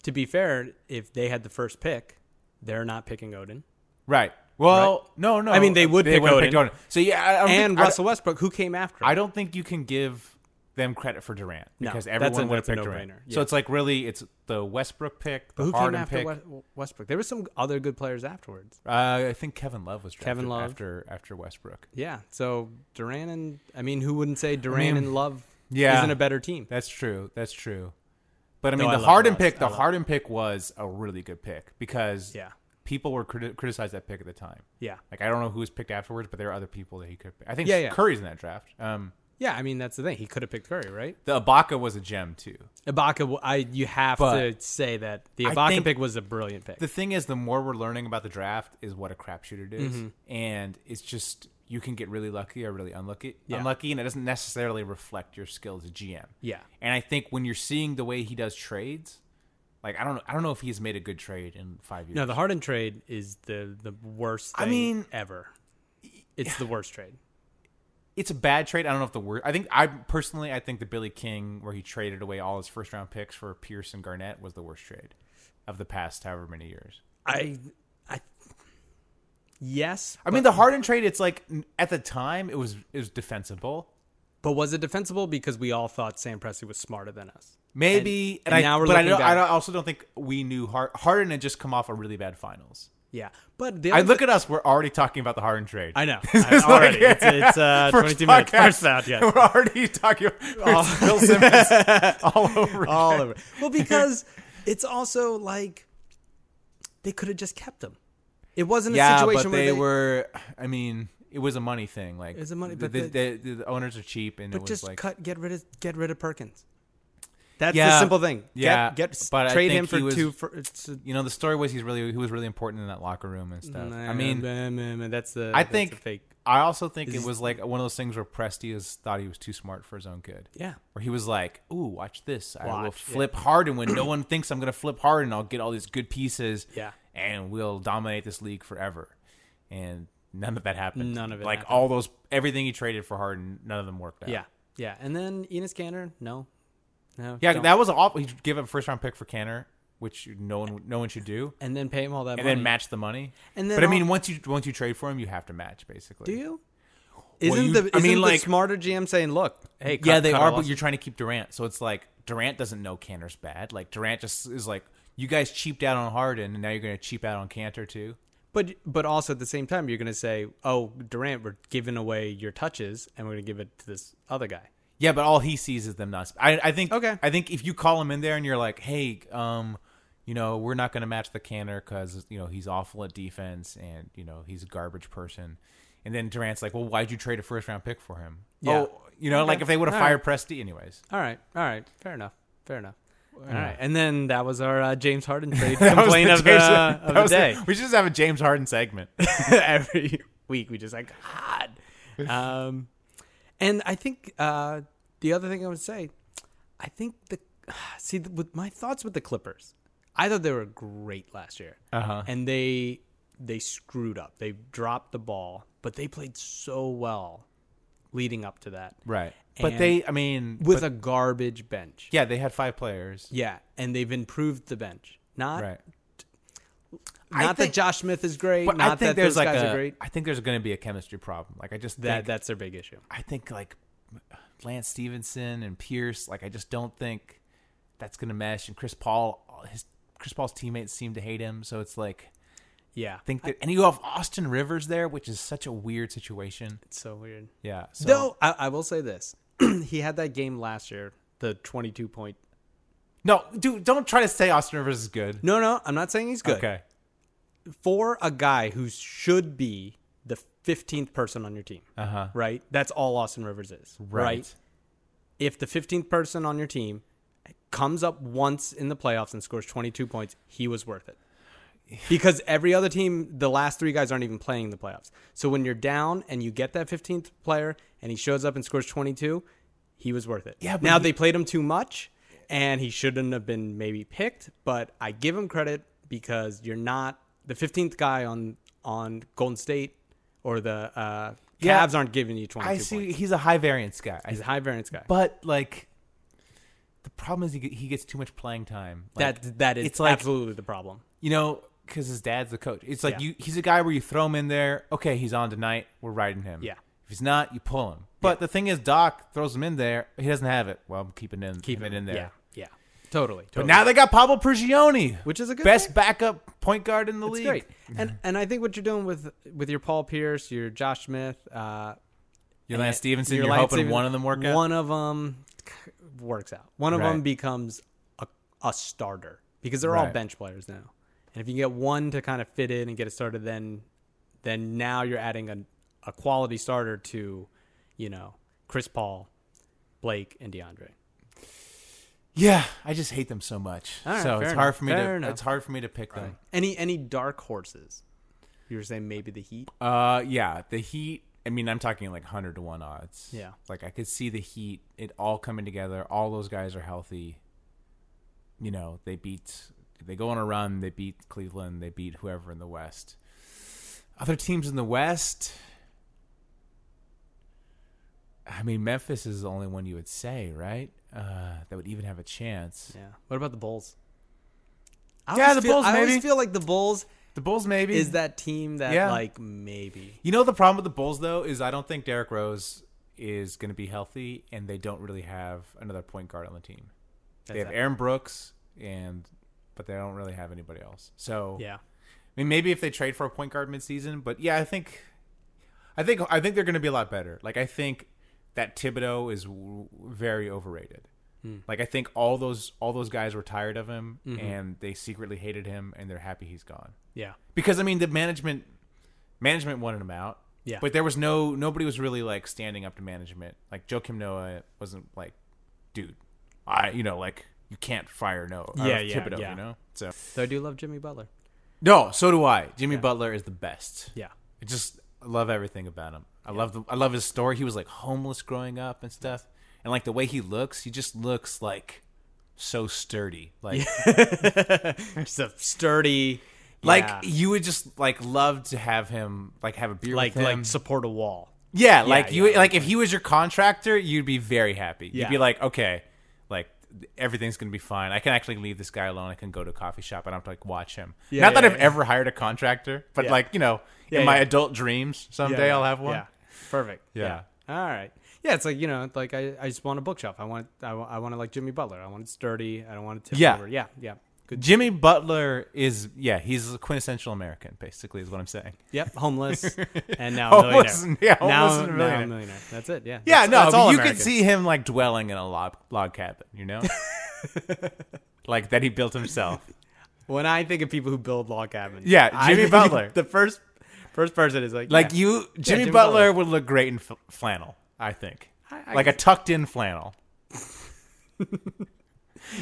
Speaker 8: to be fair, if they had the first pick, they're not picking Odin.
Speaker 9: Right. Well, no, no.
Speaker 8: I mean, they would pick
Speaker 9: would've
Speaker 8: Odin.
Speaker 9: So yeah, I, I don't
Speaker 8: And
Speaker 9: think,
Speaker 8: Russell
Speaker 9: I,
Speaker 8: Westbrook, who came after
Speaker 9: don't- I
Speaker 8: him.
Speaker 9: don't think you can give them credit for Durant
Speaker 8: No,
Speaker 9: because
Speaker 8: that's a-
Speaker 9: everyone would have
Speaker 8: that's a
Speaker 9: picked Durant.
Speaker 8: no-brainer.
Speaker 9: So
Speaker 8: Yeah.
Speaker 9: it's like really, it's the Westbrook pick, the
Speaker 8: But who came
Speaker 9: Harden
Speaker 8: after
Speaker 9: pick.
Speaker 8: Wes- Westbrook? There were some other good players afterwards.
Speaker 9: uh, I think Kevin Love was drafted
Speaker 8: Kevin Love.
Speaker 9: after after Westbrook.
Speaker 8: Yeah. So Duran and I mean, who wouldn't say Duran and Love
Speaker 9: yeah.
Speaker 8: isn't a better team?
Speaker 9: That's true. That's true. But I mean,
Speaker 8: I
Speaker 9: the
Speaker 8: love
Speaker 9: Harden
Speaker 8: Russ.
Speaker 9: pick,
Speaker 8: I
Speaker 9: the
Speaker 8: love-
Speaker 9: Harden pick was a really good pick because
Speaker 8: Yeah.
Speaker 9: people were criti- criticized that pick at the time.
Speaker 8: Yeah.
Speaker 9: Like I don't know who was picked afterwards, but there were other people that he could. pick. I think
Speaker 8: Yeah, yeah.
Speaker 9: Curry's in that draft. Um,
Speaker 8: Yeah, I mean that's the thing. He could have picked Curry, right?
Speaker 9: the Ibaka was a gem too.
Speaker 8: Ibaka, w- I you have
Speaker 9: But-
Speaker 8: to say that the
Speaker 9: I
Speaker 8: Ibaka
Speaker 9: think-
Speaker 8: pick was a brilliant pick.
Speaker 9: the thing is, the more we're learning about the draft, is what a crapshoot it is.
Speaker 8: Mm-hmm.
Speaker 9: and it's just you can get really lucky or really unlucky, unlucky, and it doesn't necessarily reflect your skill as a GM.
Speaker 8: Yeah.
Speaker 9: and I think when you're seeing the way he does trades, like I don't, I don't know if he's made a good trade in five years.
Speaker 8: no, the Harden trade is the the worst.
Speaker 9: I
Speaker 8: Thing
Speaker 9: mean-
Speaker 8: ever. It's the worst trade.
Speaker 9: it's a bad trade. I don't know if the word. I think I personally, I think the Billy King where he traded away all his first round picks for Pierce and Garnett was the worst trade of the past however many years.
Speaker 8: I, I, yes,
Speaker 9: I mean, the Harden trade, it's like n- at the time it was it was defensible.
Speaker 8: but was it defensible because we all thought Sam Presti was smarter than us?
Speaker 9: Maybe, and,
Speaker 8: And- and
Speaker 9: I,
Speaker 8: now we're
Speaker 9: but I,
Speaker 8: looking
Speaker 9: don't, I
Speaker 8: back.
Speaker 9: don't- also don't think we knew Har- Harden had just come off a really bad finals.
Speaker 8: Yeah, but the
Speaker 9: I
Speaker 8: other
Speaker 9: look at us; we're already talking about the Harden trade.
Speaker 8: I know.
Speaker 9: This
Speaker 8: I-
Speaker 9: is
Speaker 8: already. It's- it's, uh,
Speaker 9: first
Speaker 8: 22 minutes.
Speaker 9: podcast,
Speaker 8: First out, yeah.
Speaker 9: We're already talking. It's Bill Simmons all over.
Speaker 8: all
Speaker 9: again.
Speaker 8: over. Well, because it's also like they could have just kept him. It wasn't a
Speaker 9: Yeah,
Speaker 8: situation
Speaker 9: but
Speaker 8: where
Speaker 9: they, were. I mean, it was a money thing. Like
Speaker 8: was a money-
Speaker 9: the,
Speaker 8: but
Speaker 9: the,
Speaker 8: the-
Speaker 9: the- the owners are cheap, and it
Speaker 8: But
Speaker 9: was
Speaker 8: just
Speaker 9: like
Speaker 8: cut, get rid of, get rid of Perkins. That's the
Speaker 9: Yeah.
Speaker 8: simple thing. Get-
Speaker 9: Yeah,
Speaker 8: get,
Speaker 9: but I
Speaker 8: trade
Speaker 9: think
Speaker 8: him for
Speaker 9: he was-
Speaker 8: two. For, uh, it's-
Speaker 9: You know, the story was he's really he was really important in that locker room and
Speaker 8: Mm,
Speaker 9: stuff. I mean,
Speaker 8: that's the.
Speaker 9: I
Speaker 8: that's
Speaker 9: think
Speaker 8: the fake.
Speaker 9: I also think
Speaker 8: Is-
Speaker 9: it was like one of those things where Presti has thought he was too smart for his own good.
Speaker 8: Yeah.
Speaker 9: Where he was like, "Ooh, watch this! I will
Speaker 8: Watch, yeah.
Speaker 9: flip Harden when no one thinks I'm going to flip Harden. I'll get all these good pieces.
Speaker 8: Yeah.
Speaker 9: And we'll dominate this league forever." And none of that happened.
Speaker 8: None of it
Speaker 9: Like
Speaker 8: happened.
Speaker 9: all those everything he traded for Harden, none of them worked out.
Speaker 8: Yeah, yeah, and then Enos Kanter, no, no,
Speaker 9: Yeah.
Speaker 8: don't.
Speaker 9: That was awful. He gave up a first round pick for Canner, which no one no one should do.
Speaker 8: and then pay him all that
Speaker 9: And
Speaker 8: money.
Speaker 9: then match the money.
Speaker 8: And then
Speaker 9: but I
Speaker 8: all-
Speaker 9: mean, once you once you trade for him, you have to match basically.
Speaker 8: Do you?
Speaker 9: Well,
Speaker 8: Isn't
Speaker 9: you-
Speaker 8: the
Speaker 9: I
Speaker 8: isn't
Speaker 9: mean,
Speaker 8: the
Speaker 9: like-
Speaker 8: smarter GM saying, "Look, hey, cut,
Speaker 9: yeah, they
Speaker 8: cut
Speaker 9: are,
Speaker 8: our
Speaker 9: but
Speaker 8: losses.
Speaker 9: you're trying to keep Durant. So it's like Durant doesn't know Cantor's bad. Like Durant just is like, you guys cheaped out on Harden, and now you're going to cheap out on Cantor too.
Speaker 8: But but also at the same time, you're going to say, "Oh, Durant, we're giving away your touches, and we're going to give it to this other guy."
Speaker 9: Yeah, but all he sees is them not. Sp- I, I think.
Speaker 8: Okay.
Speaker 9: I think if you call him in there and you're like, hey, um, you know, we're not going to match the canner because you know he's awful at defense and you know he's a garbage person, and then Durant's like, well, why'd you trade a first round pick for him?
Speaker 8: Yeah.
Speaker 9: Oh, you know, like if they would have
Speaker 8: All
Speaker 9: fired
Speaker 8: right.
Speaker 9: Presti anyways.
Speaker 8: All right, all right, fair enough, fair enough. All right, and then that was our uh, James Harden trade complaint of the,
Speaker 9: James-
Speaker 8: uh,
Speaker 9: that
Speaker 8: of the
Speaker 9: was
Speaker 8: day.
Speaker 9: we should just have a James Harden segment.
Speaker 8: every week. We just like God. Um, and I think uh, the other thing I would say, I think the see with my thoughts with the Clippers, I thought they were great last year,
Speaker 9: Uh-huh.
Speaker 8: and they they screwed up. They dropped the ball, but they played so well leading up to that.
Speaker 9: right. But
Speaker 8: And
Speaker 9: they, I mean,
Speaker 8: With
Speaker 9: but-
Speaker 8: a garbage bench.
Speaker 9: yeah, they had five players.
Speaker 8: Yeah, and they've improved the bench. Not
Speaker 9: Right. I
Speaker 8: not
Speaker 9: think-
Speaker 8: that Josh Smith is great.
Speaker 9: But
Speaker 8: not
Speaker 9: I think
Speaker 8: that
Speaker 9: there's
Speaker 8: those
Speaker 9: like
Speaker 8: guys
Speaker 9: a,
Speaker 8: are great.
Speaker 9: I think there's going to be a chemistry problem. Like I just
Speaker 8: That
Speaker 9: think,
Speaker 8: that's their big issue.
Speaker 9: I think like Lance Stevenson and Pierce, like I just don't think that's gonna mesh. And Chris Paul, his Chris Paul's teammates seem to hate him, so it's like
Speaker 8: Yeah,
Speaker 9: I think that, and you have Austin Rivers there, which is such a weird situation.
Speaker 8: it's so weird.
Speaker 9: Yeah, so
Speaker 8: Though I, I will say this, he had that game last year, the twenty-two point.
Speaker 9: no, dude, don't try to say Austin Rivers is good.
Speaker 8: No, no, I'm not saying he's good.
Speaker 9: Okay,
Speaker 8: For a guy who should be the fifteenth person on your team, uh-huh. right? That's all Austin Rivers is, right? If the fifteenth person on your team comes up once in the playoffs and scores twenty-two points, he was worth it. Because every other team, the last three guys aren't even playing in the playoffs. So when you're down and you get that 15th player and he shows up and scores 22, he was worth it.
Speaker 9: Yeah, but
Speaker 8: Now
Speaker 9: he-
Speaker 8: they played him too much, and he shouldn't have been maybe picked. But I give him credit because you're not the 15th guy on on Golden State or the uh, Cavs
Speaker 9: Yeah.
Speaker 8: aren't giving you 22
Speaker 9: I see
Speaker 8: points.
Speaker 9: he's a high variance guy, I-
Speaker 8: He's a high variance guy.
Speaker 9: but like the problem is he get- he gets too much playing time. Like,
Speaker 8: that that is
Speaker 9: it's like
Speaker 8: absolutely the problem.
Speaker 9: you know, because his dad's the coach. It's like
Speaker 8: Yeah.
Speaker 9: you, he's a guy where you throw him in there. Okay, he's on tonight. We're riding him.
Speaker 8: Yeah.
Speaker 9: If he's not, you pull him. But the thing is, Doc throws him in there. He doesn't have it. Well, I'm keeping in, keeping it in there.
Speaker 8: Yeah, yeah, totally.
Speaker 9: But
Speaker 8: totally.
Speaker 9: now they got Pablo Prigioni,
Speaker 8: Which is a good
Speaker 9: best
Speaker 8: thing.
Speaker 9: backup point guard in the league.
Speaker 8: It's great. And and I think what you're doing with with your Paul Pierce, your Josh Smith, uh,
Speaker 9: Your Lance Stevenson.
Speaker 8: your
Speaker 9: You're,
Speaker 8: Lance
Speaker 9: hoping
Speaker 8: Stevenson,
Speaker 9: one of them work out.
Speaker 8: One of them works out. One of
Speaker 9: Right.
Speaker 8: them becomes a, a starter because they're all
Speaker 9: Right.
Speaker 8: bench players now. And if you get one to kind of fit in and get a starter, then then now you're adding a a quality starter to, you know, Chris Paul, Blake, and DeAndre.
Speaker 9: Yeah, I just hate them so much.
Speaker 8: All right,
Speaker 9: so
Speaker 8: fair
Speaker 9: it's
Speaker 8: enough,
Speaker 9: hard for me
Speaker 8: fair
Speaker 9: to.
Speaker 8: enough.
Speaker 9: It's hard for me to pick them.
Speaker 8: Any any dark horses? You were saying maybe the Heat.
Speaker 9: Uh, yeah, the Heat. I mean, I'm talking like hundred to one odds.
Speaker 8: Yeah.
Speaker 9: like I could see the Heat. It all coming together. All those guys are healthy. You know, they beat. They go on a run. They beat Cleveland. They beat whoever in the West. Other teams in the West. I mean, Memphis is the only one you would say, right? Uh, that would even have a chance.
Speaker 8: Yeah. What about the Bulls? I
Speaker 9: Yeah,
Speaker 8: always
Speaker 9: the
Speaker 8: feel-
Speaker 9: Bulls,
Speaker 8: I
Speaker 9: maybe.
Speaker 8: always feel like the Bulls
Speaker 9: The Bulls, maybe
Speaker 8: is that team that
Speaker 9: Yeah.
Speaker 8: like maybe.
Speaker 9: You know the problem with the Bulls though is I don't think Derrick Rose is going to be healthy, and they don't really have another point guard on the team. they have
Speaker 8: That's it.
Speaker 9: Aaron Brooks, and but they don't really have anybody else. So
Speaker 8: Yeah.
Speaker 9: I mean maybe if they trade for a point guard midseason, but yeah, I think, I think I think they're going to be a lot better. Like I think that Thibodeau is w- very overrated. Like I think all those all those guys were tired of him, and they secretly hated him, and they're happy he's gone
Speaker 8: Yeah.
Speaker 9: because I mean the management management wanted him out.
Speaker 8: Yeah.
Speaker 9: But there was no nobody was really like standing up to management. Like Joe Kim Noah wasn't like, dude, I you know like you can't fire Noah. or
Speaker 8: Yeah, yeah,
Speaker 9: Thibodeau,
Speaker 8: yeah.
Speaker 9: You know. So
Speaker 8: Though I do love Jimmy Butler.
Speaker 9: no, so do I. Jimmy Butler is the best.
Speaker 8: Yeah.
Speaker 9: I just love everything about him. I love the I love his story. He was like homeless growing up and stuff, and like the way he looks, he just looks like so sturdy. Like
Speaker 8: Just a sturdy
Speaker 9: like
Speaker 8: yeah,
Speaker 9: you would just like love to have him like have a beer
Speaker 8: like
Speaker 9: with him.
Speaker 8: like support a wall.
Speaker 9: Yeah, like you,
Speaker 8: yeah,
Speaker 9: like if he was your contractor, you'd be very happy. You'd
Speaker 8: Yeah.
Speaker 9: be like, okay, like th- everything's gonna be fine. I can actually leave this guy alone. I can go to a coffee shop and I don't have to like watch him.
Speaker 8: Yeah,
Speaker 9: Not that
Speaker 8: yeah,
Speaker 9: I've
Speaker 8: yeah.
Speaker 9: ever hired a contractor, but
Speaker 8: Yeah.
Speaker 9: like you know, in
Speaker 8: Yeah,
Speaker 9: my
Speaker 8: yeah.
Speaker 9: adult dreams, someday I'll have one.
Speaker 8: Yeah. Perfect.
Speaker 9: Yeah.
Speaker 8: All right. Yeah, it's like, you know, like I, I just want a bookshelf. I want I, wa- I want to like Jimmy Butler. I want it sturdy. I don't want it tip
Speaker 9: Yeah.
Speaker 8: over. Yeah. Yeah. Good.
Speaker 9: Jimmy Butler is yeah, he's quintessential American, basically, is what I'm saying.
Speaker 8: Yep, homeless and now a
Speaker 9: Homeless-
Speaker 8: millionaire.
Speaker 9: yeah,
Speaker 8: now,
Speaker 9: homeless and a
Speaker 8: now
Speaker 9: millionaire.
Speaker 8: millionaire. That's it. Yeah.
Speaker 9: Yeah,
Speaker 8: That's-
Speaker 9: no,
Speaker 8: that's all
Speaker 9: but you
Speaker 8: American.
Speaker 9: could see him like dwelling in a log, log cabin, you know, like that he built himself.
Speaker 8: When I think of people who build log cabins,
Speaker 9: Yeah,
Speaker 8: I
Speaker 9: Jimmy
Speaker 8: think
Speaker 9: Butler.
Speaker 8: The first first person is like
Speaker 9: Like
Speaker 8: yeah.
Speaker 9: you, Jimmy,
Speaker 8: Jimmy
Speaker 9: Butler,
Speaker 8: Butler.
Speaker 9: would look great in f- flannel, I think,
Speaker 8: I- I
Speaker 9: like a tucked in flannel.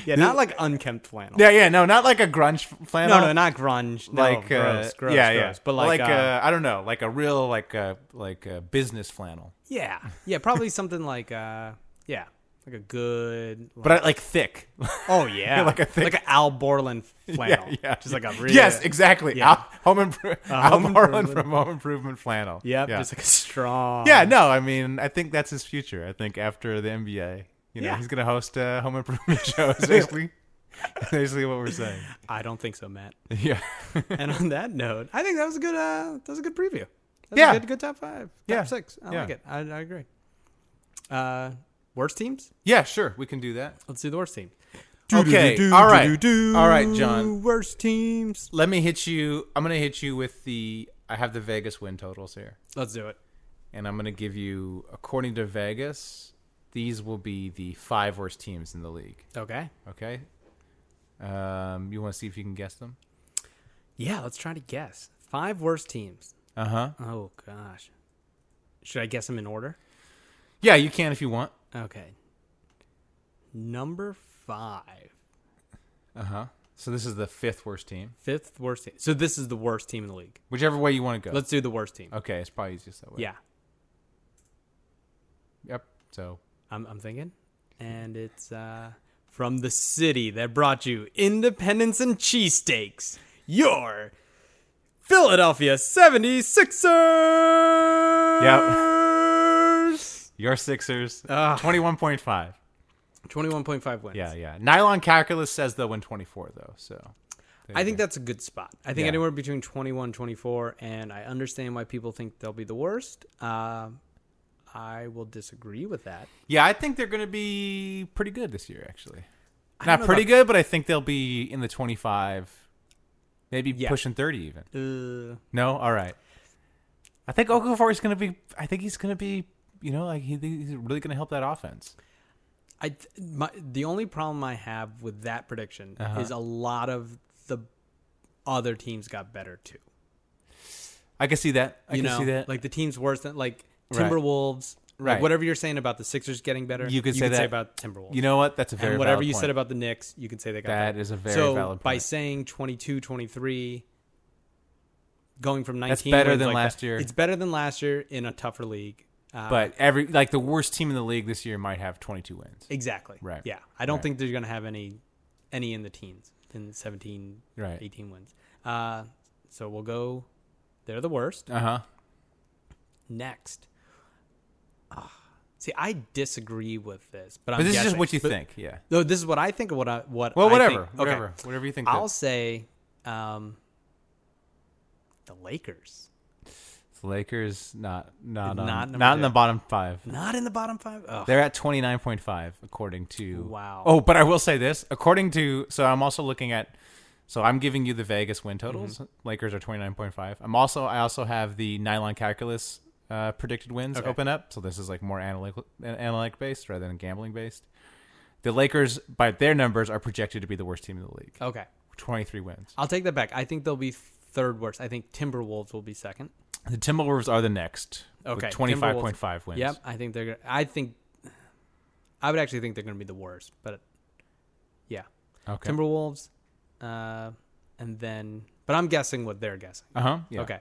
Speaker 8: Yeah, not like unkempt flannel.
Speaker 9: Yeah, yeah, no, not like a grunge f- flannel.
Speaker 8: No, no, not grunge. No,
Speaker 9: like uh,
Speaker 8: gross, gross,
Speaker 9: yeah,
Speaker 8: gross.
Speaker 9: yeah,
Speaker 8: But like, uh,
Speaker 9: uh, I don't know, like a real like uh, like uh, business flannel,
Speaker 8: yeah, yeah, probably something like uh, yeah, like a good.
Speaker 9: but I, like thick.
Speaker 8: oh yeah,
Speaker 9: like a thick-
Speaker 8: like an Al Borland
Speaker 9: yeah,
Speaker 8: flannel.
Speaker 9: yeah,
Speaker 8: just like a real.
Speaker 9: yes, exactly.
Speaker 8: yeah.
Speaker 9: Al- home improvement, Al
Speaker 8: home
Speaker 9: Borland
Speaker 8: improvement.
Speaker 9: from Home Improvement flannel.
Speaker 8: Yep,
Speaker 9: yeah.
Speaker 8: just like a strong.
Speaker 9: Yeah, no, I mean, I think that's his future. I think after the NBA, you know,
Speaker 8: Yeah.
Speaker 9: he's gonna host a home improvement show. is Basically, basically what we're saying.
Speaker 8: I don't think so, Matt.
Speaker 9: Yeah,
Speaker 8: and on that note, I think that was a good. Uh, that was a good preview. That was
Speaker 9: Yeah.
Speaker 8: a good, good top five. Top
Speaker 9: Yeah.
Speaker 8: six. I
Speaker 9: Yeah.
Speaker 8: like it. I, I agree. Uh, worst teams.
Speaker 9: yeah, sure, we can do that.
Speaker 8: Let's do the worst team.
Speaker 9: Okay, all right, all right, John.
Speaker 8: Worst teams.
Speaker 9: Let me hit you. I'm gonna hit you with the. I have the Vegas win totals here,
Speaker 8: Let's do it.
Speaker 9: and I'm gonna give you, according to Vegas, these will be the five worst teams in the league.
Speaker 8: Okay.
Speaker 9: Okay. Um, you want to see if you can guess them?
Speaker 8: Yeah, let's try to guess. Five worst teams.
Speaker 9: Uh huh.
Speaker 8: Oh gosh. Should I guess them in order?
Speaker 9: Yeah, you can if you want.
Speaker 8: Okay. Number five.
Speaker 9: Uh huh.
Speaker 8: Uh-huh.
Speaker 9: So this is the fifth worst team.
Speaker 8: Fifth worst team. So this is the worst team in the league.
Speaker 9: Whichever way you want to go.
Speaker 8: Let's do the worst team.
Speaker 9: okay, it's probably easiest that way.
Speaker 8: Yeah.
Speaker 9: Yep. So
Speaker 8: I'm, I'm thinking. And it's uh, from the city that brought you independence and cheesesteaks. Your Philadelphia 76ers!
Speaker 9: your Sixers,
Speaker 8: Ugh.
Speaker 9: twenty-one point five.
Speaker 8: 21.5 wins.
Speaker 9: Yeah, yeah. Nylon calculus says they'll win twenty-four though. So
Speaker 8: I think that's a good spot. I think
Speaker 9: Yeah.
Speaker 8: anywhere between 21 24, and I understand why people think they'll be the worst. Um I will disagree with that.
Speaker 9: yeah, I think they're going to be pretty good this year. Actually,
Speaker 8: don't
Speaker 9: not
Speaker 8: know
Speaker 9: pretty
Speaker 8: about-
Speaker 9: good, but I think they'll be in the twenty-five, maybe
Speaker 8: Yeah.
Speaker 9: pushing thirty even.
Speaker 8: Uh,
Speaker 9: No, all right. I think Okafor is going to be. I think he's going to be. You know, like he, he's really going to help that offense.
Speaker 8: I th- my, the only problem I have with that prediction
Speaker 9: Uh-huh.
Speaker 8: is a lot of the other teams got better too.
Speaker 9: I can see that. I
Speaker 8: you
Speaker 9: can
Speaker 8: know,
Speaker 9: see that.
Speaker 8: like the team's worse than like
Speaker 9: Right.
Speaker 8: Timberwolves. Like,
Speaker 9: Right.
Speaker 8: whatever you're saying about the Sixers getting better,
Speaker 9: You could say that-
Speaker 8: about Timberwolves.
Speaker 9: you know what? That's a very
Speaker 8: and whatever
Speaker 9: valid
Speaker 8: you
Speaker 9: point.
Speaker 8: said about the Knicks, you can say they got
Speaker 9: That
Speaker 8: better.
Speaker 9: is a very
Speaker 8: so
Speaker 9: valid
Speaker 8: by
Speaker 9: point.
Speaker 8: saying 22, 23, going from 19
Speaker 9: better
Speaker 8: wins
Speaker 9: than
Speaker 8: like
Speaker 9: last
Speaker 8: that-
Speaker 9: year.
Speaker 8: It's better than last year in a tougher league. Uh,
Speaker 9: But every like the worst team in the league this year might have 22 wins.
Speaker 8: exactly.
Speaker 9: Right.
Speaker 8: Yeah. I don't
Speaker 9: Right.
Speaker 8: think they're going to have any any in the teens, in 17,
Speaker 9: Right.
Speaker 8: 18 wins. Uh, so we'll go they're the worst.
Speaker 9: Uh huh.
Speaker 8: next. Ah, see, I disagree with this, but,
Speaker 9: But
Speaker 8: I'm
Speaker 9: this is just
Speaker 8: guessing.
Speaker 9: what you
Speaker 8: But-
Speaker 9: think. Yeah.
Speaker 8: No, this is what I think. of What I what?
Speaker 9: Well,
Speaker 8: I think-
Speaker 9: whatever,
Speaker 8: okay.
Speaker 9: whatever, whatever you think.
Speaker 8: I'll
Speaker 9: that
Speaker 8: say, um, the Lakers
Speaker 9: the Lakers not not on,
Speaker 8: Not
Speaker 9: not,
Speaker 8: number
Speaker 9: in the
Speaker 8: two.
Speaker 9: bottom five.
Speaker 8: not in the bottom five. Ugh.
Speaker 9: They're at 29.5 according to.
Speaker 8: Wow.
Speaker 9: Oh, but I will say this according to. So I'm also looking at. So I'm giving you the Vegas win totals.
Speaker 8: Mm-hmm.
Speaker 9: Lakers are 29.5. I'm also I also have the Nylon Calculus uh, predicted wins
Speaker 8: Okay.
Speaker 9: open up. So this is like more analytical analytic based rather than gambling based. The Lakers by their numbers are projected to be the worst team in the league.
Speaker 8: Okay,
Speaker 9: 23 wins.
Speaker 8: I'll take that back. I think they'll be third worst. I think Timberwolves will be second.
Speaker 9: The Timberwolves are the next. with
Speaker 8: Okay,
Speaker 9: 25.5 wins.
Speaker 8: Yep, I think they're. gonna I think I would actually think they're going to be the worst, but yeah,
Speaker 9: Okay.
Speaker 8: Timberwolves, uh, and then. But I'm guessing what they're guessing.
Speaker 9: uh huh. Yeah.
Speaker 8: Okay.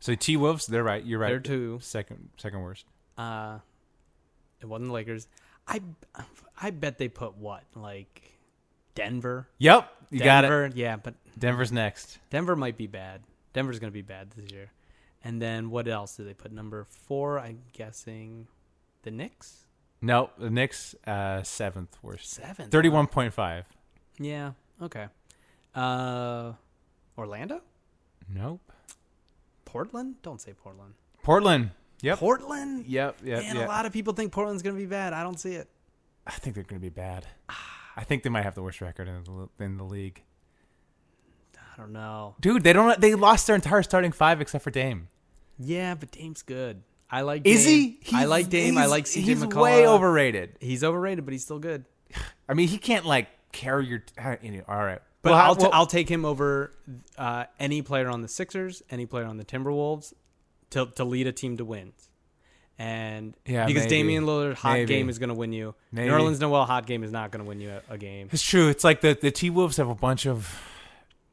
Speaker 9: So T Wolves, they're right. You're right.
Speaker 8: They're two.
Speaker 9: Second, second worst.
Speaker 8: Uh, it wasn't the Lakers. I I bet they put what like Denver.
Speaker 9: Yep. You got it.
Speaker 8: Denver, Yeah, but
Speaker 9: Denver's next.
Speaker 8: Denver might be bad. Denver's gonna be bad this year. And then what else did they put? Number four, I'm guessing, the Knicks.
Speaker 9: No, the Knicks uh, seventh worst.
Speaker 8: Seventh.
Speaker 9: Thirty-one point five.
Speaker 8: Yeah. Okay. Uh, Orlando,
Speaker 9: Nope.
Speaker 8: Portland. Don't say Portland.
Speaker 9: Portland. Yep.
Speaker 8: Portland.
Speaker 9: yep. Yep.
Speaker 8: And
Speaker 9: yep.
Speaker 8: a lot of people think Portland's gonna be bad. I don't see it.
Speaker 9: Ah. I think they're going to be bad. I I think they might have the worst record in the, in the league.
Speaker 8: I don't know.
Speaker 9: Dude, they don't. They lost their entire starting five except for Dame.
Speaker 8: Yeah, but Dame's good. I like.
Speaker 9: Is
Speaker 8: Dame.
Speaker 9: he?
Speaker 8: I like Dame. I
Speaker 9: he's-
Speaker 8: like CJ
Speaker 9: He's
Speaker 8: McCollum.
Speaker 9: way overrated.
Speaker 8: He's overrated, but he's still good.
Speaker 9: I mean, he can't like carry your. I- you know, All right,
Speaker 8: But
Speaker 9: Well,
Speaker 8: I'll, t-
Speaker 9: well,
Speaker 8: I'll take him over uh, any player on the Sixers, any player on the Timberwolves to, to lead a team to wins. And
Speaker 9: Yeah,
Speaker 8: because
Speaker 9: maybe.
Speaker 8: Damian Lillard hot
Speaker 9: Maybe.
Speaker 8: game is going to win you.
Speaker 9: Maybe.
Speaker 8: New Orleans Noel hot game is not going to win you a, a game.
Speaker 9: It's true. It's like the the T Wolves have a bunch of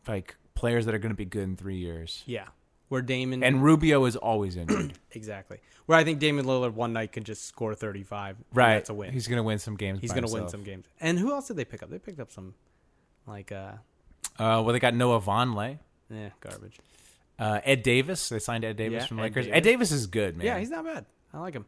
Speaker 9: like players that are going to be good in three years,
Speaker 8: Yeah. Where Damon
Speaker 9: and Rubio is always injured.
Speaker 8: exactly. Where I think Damon Lillard one night could just score 35. and
Speaker 9: right,
Speaker 8: That's a win.
Speaker 9: He's going to win some games.
Speaker 8: He's
Speaker 9: by
Speaker 8: going to win
Speaker 9: himself.
Speaker 8: some games. And who else did they pick up? They picked up some like uh
Speaker 9: Uh, well, they got Noah Vonleh.
Speaker 8: eh, garbage.
Speaker 9: Uh, Ed Davis. They signed Ed Davis
Speaker 8: Yeah,
Speaker 9: from
Speaker 8: Ed
Speaker 9: Lakers.
Speaker 8: Davis.
Speaker 9: Ed Davis is good, man.
Speaker 8: Yeah, he's not bad. I like him.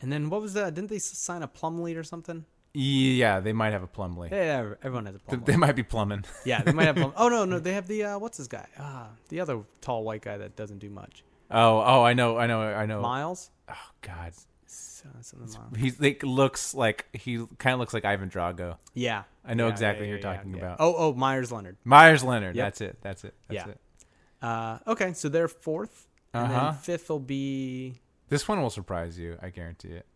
Speaker 8: And then what was that? Didn't they s- sign a plum lead or something?
Speaker 9: yeah. They might have a Plumlee.
Speaker 8: Yeah, everyone has a plum.
Speaker 9: They might be plumbing.
Speaker 8: Yeah, they might have. Plum- oh no, no, they have the uh, what's this guy? Ah, the other tall white guy that doesn't do much.
Speaker 9: oh, oh, I know, I know, I know.
Speaker 8: Miles.
Speaker 9: Oh God,
Speaker 8: So- something Miles.
Speaker 9: he like, looks like he kind of looks like Ivan Drago.
Speaker 8: Yeah,
Speaker 9: I know
Speaker 8: Yeah,
Speaker 9: exactly
Speaker 8: yeah,
Speaker 9: what you're
Speaker 8: yeah,
Speaker 9: talking
Speaker 8: yeah.
Speaker 9: about.
Speaker 8: Oh, oh, Myers Leonard.
Speaker 9: Myers Leonard.
Speaker 8: Yep.
Speaker 9: That's it. That's it. That's
Speaker 8: Yeah.
Speaker 9: it.
Speaker 8: Uh, okay, so they're fourth, and
Speaker 9: Uh-huh.
Speaker 8: then fifth will be.
Speaker 9: This one will surprise you. I guarantee it.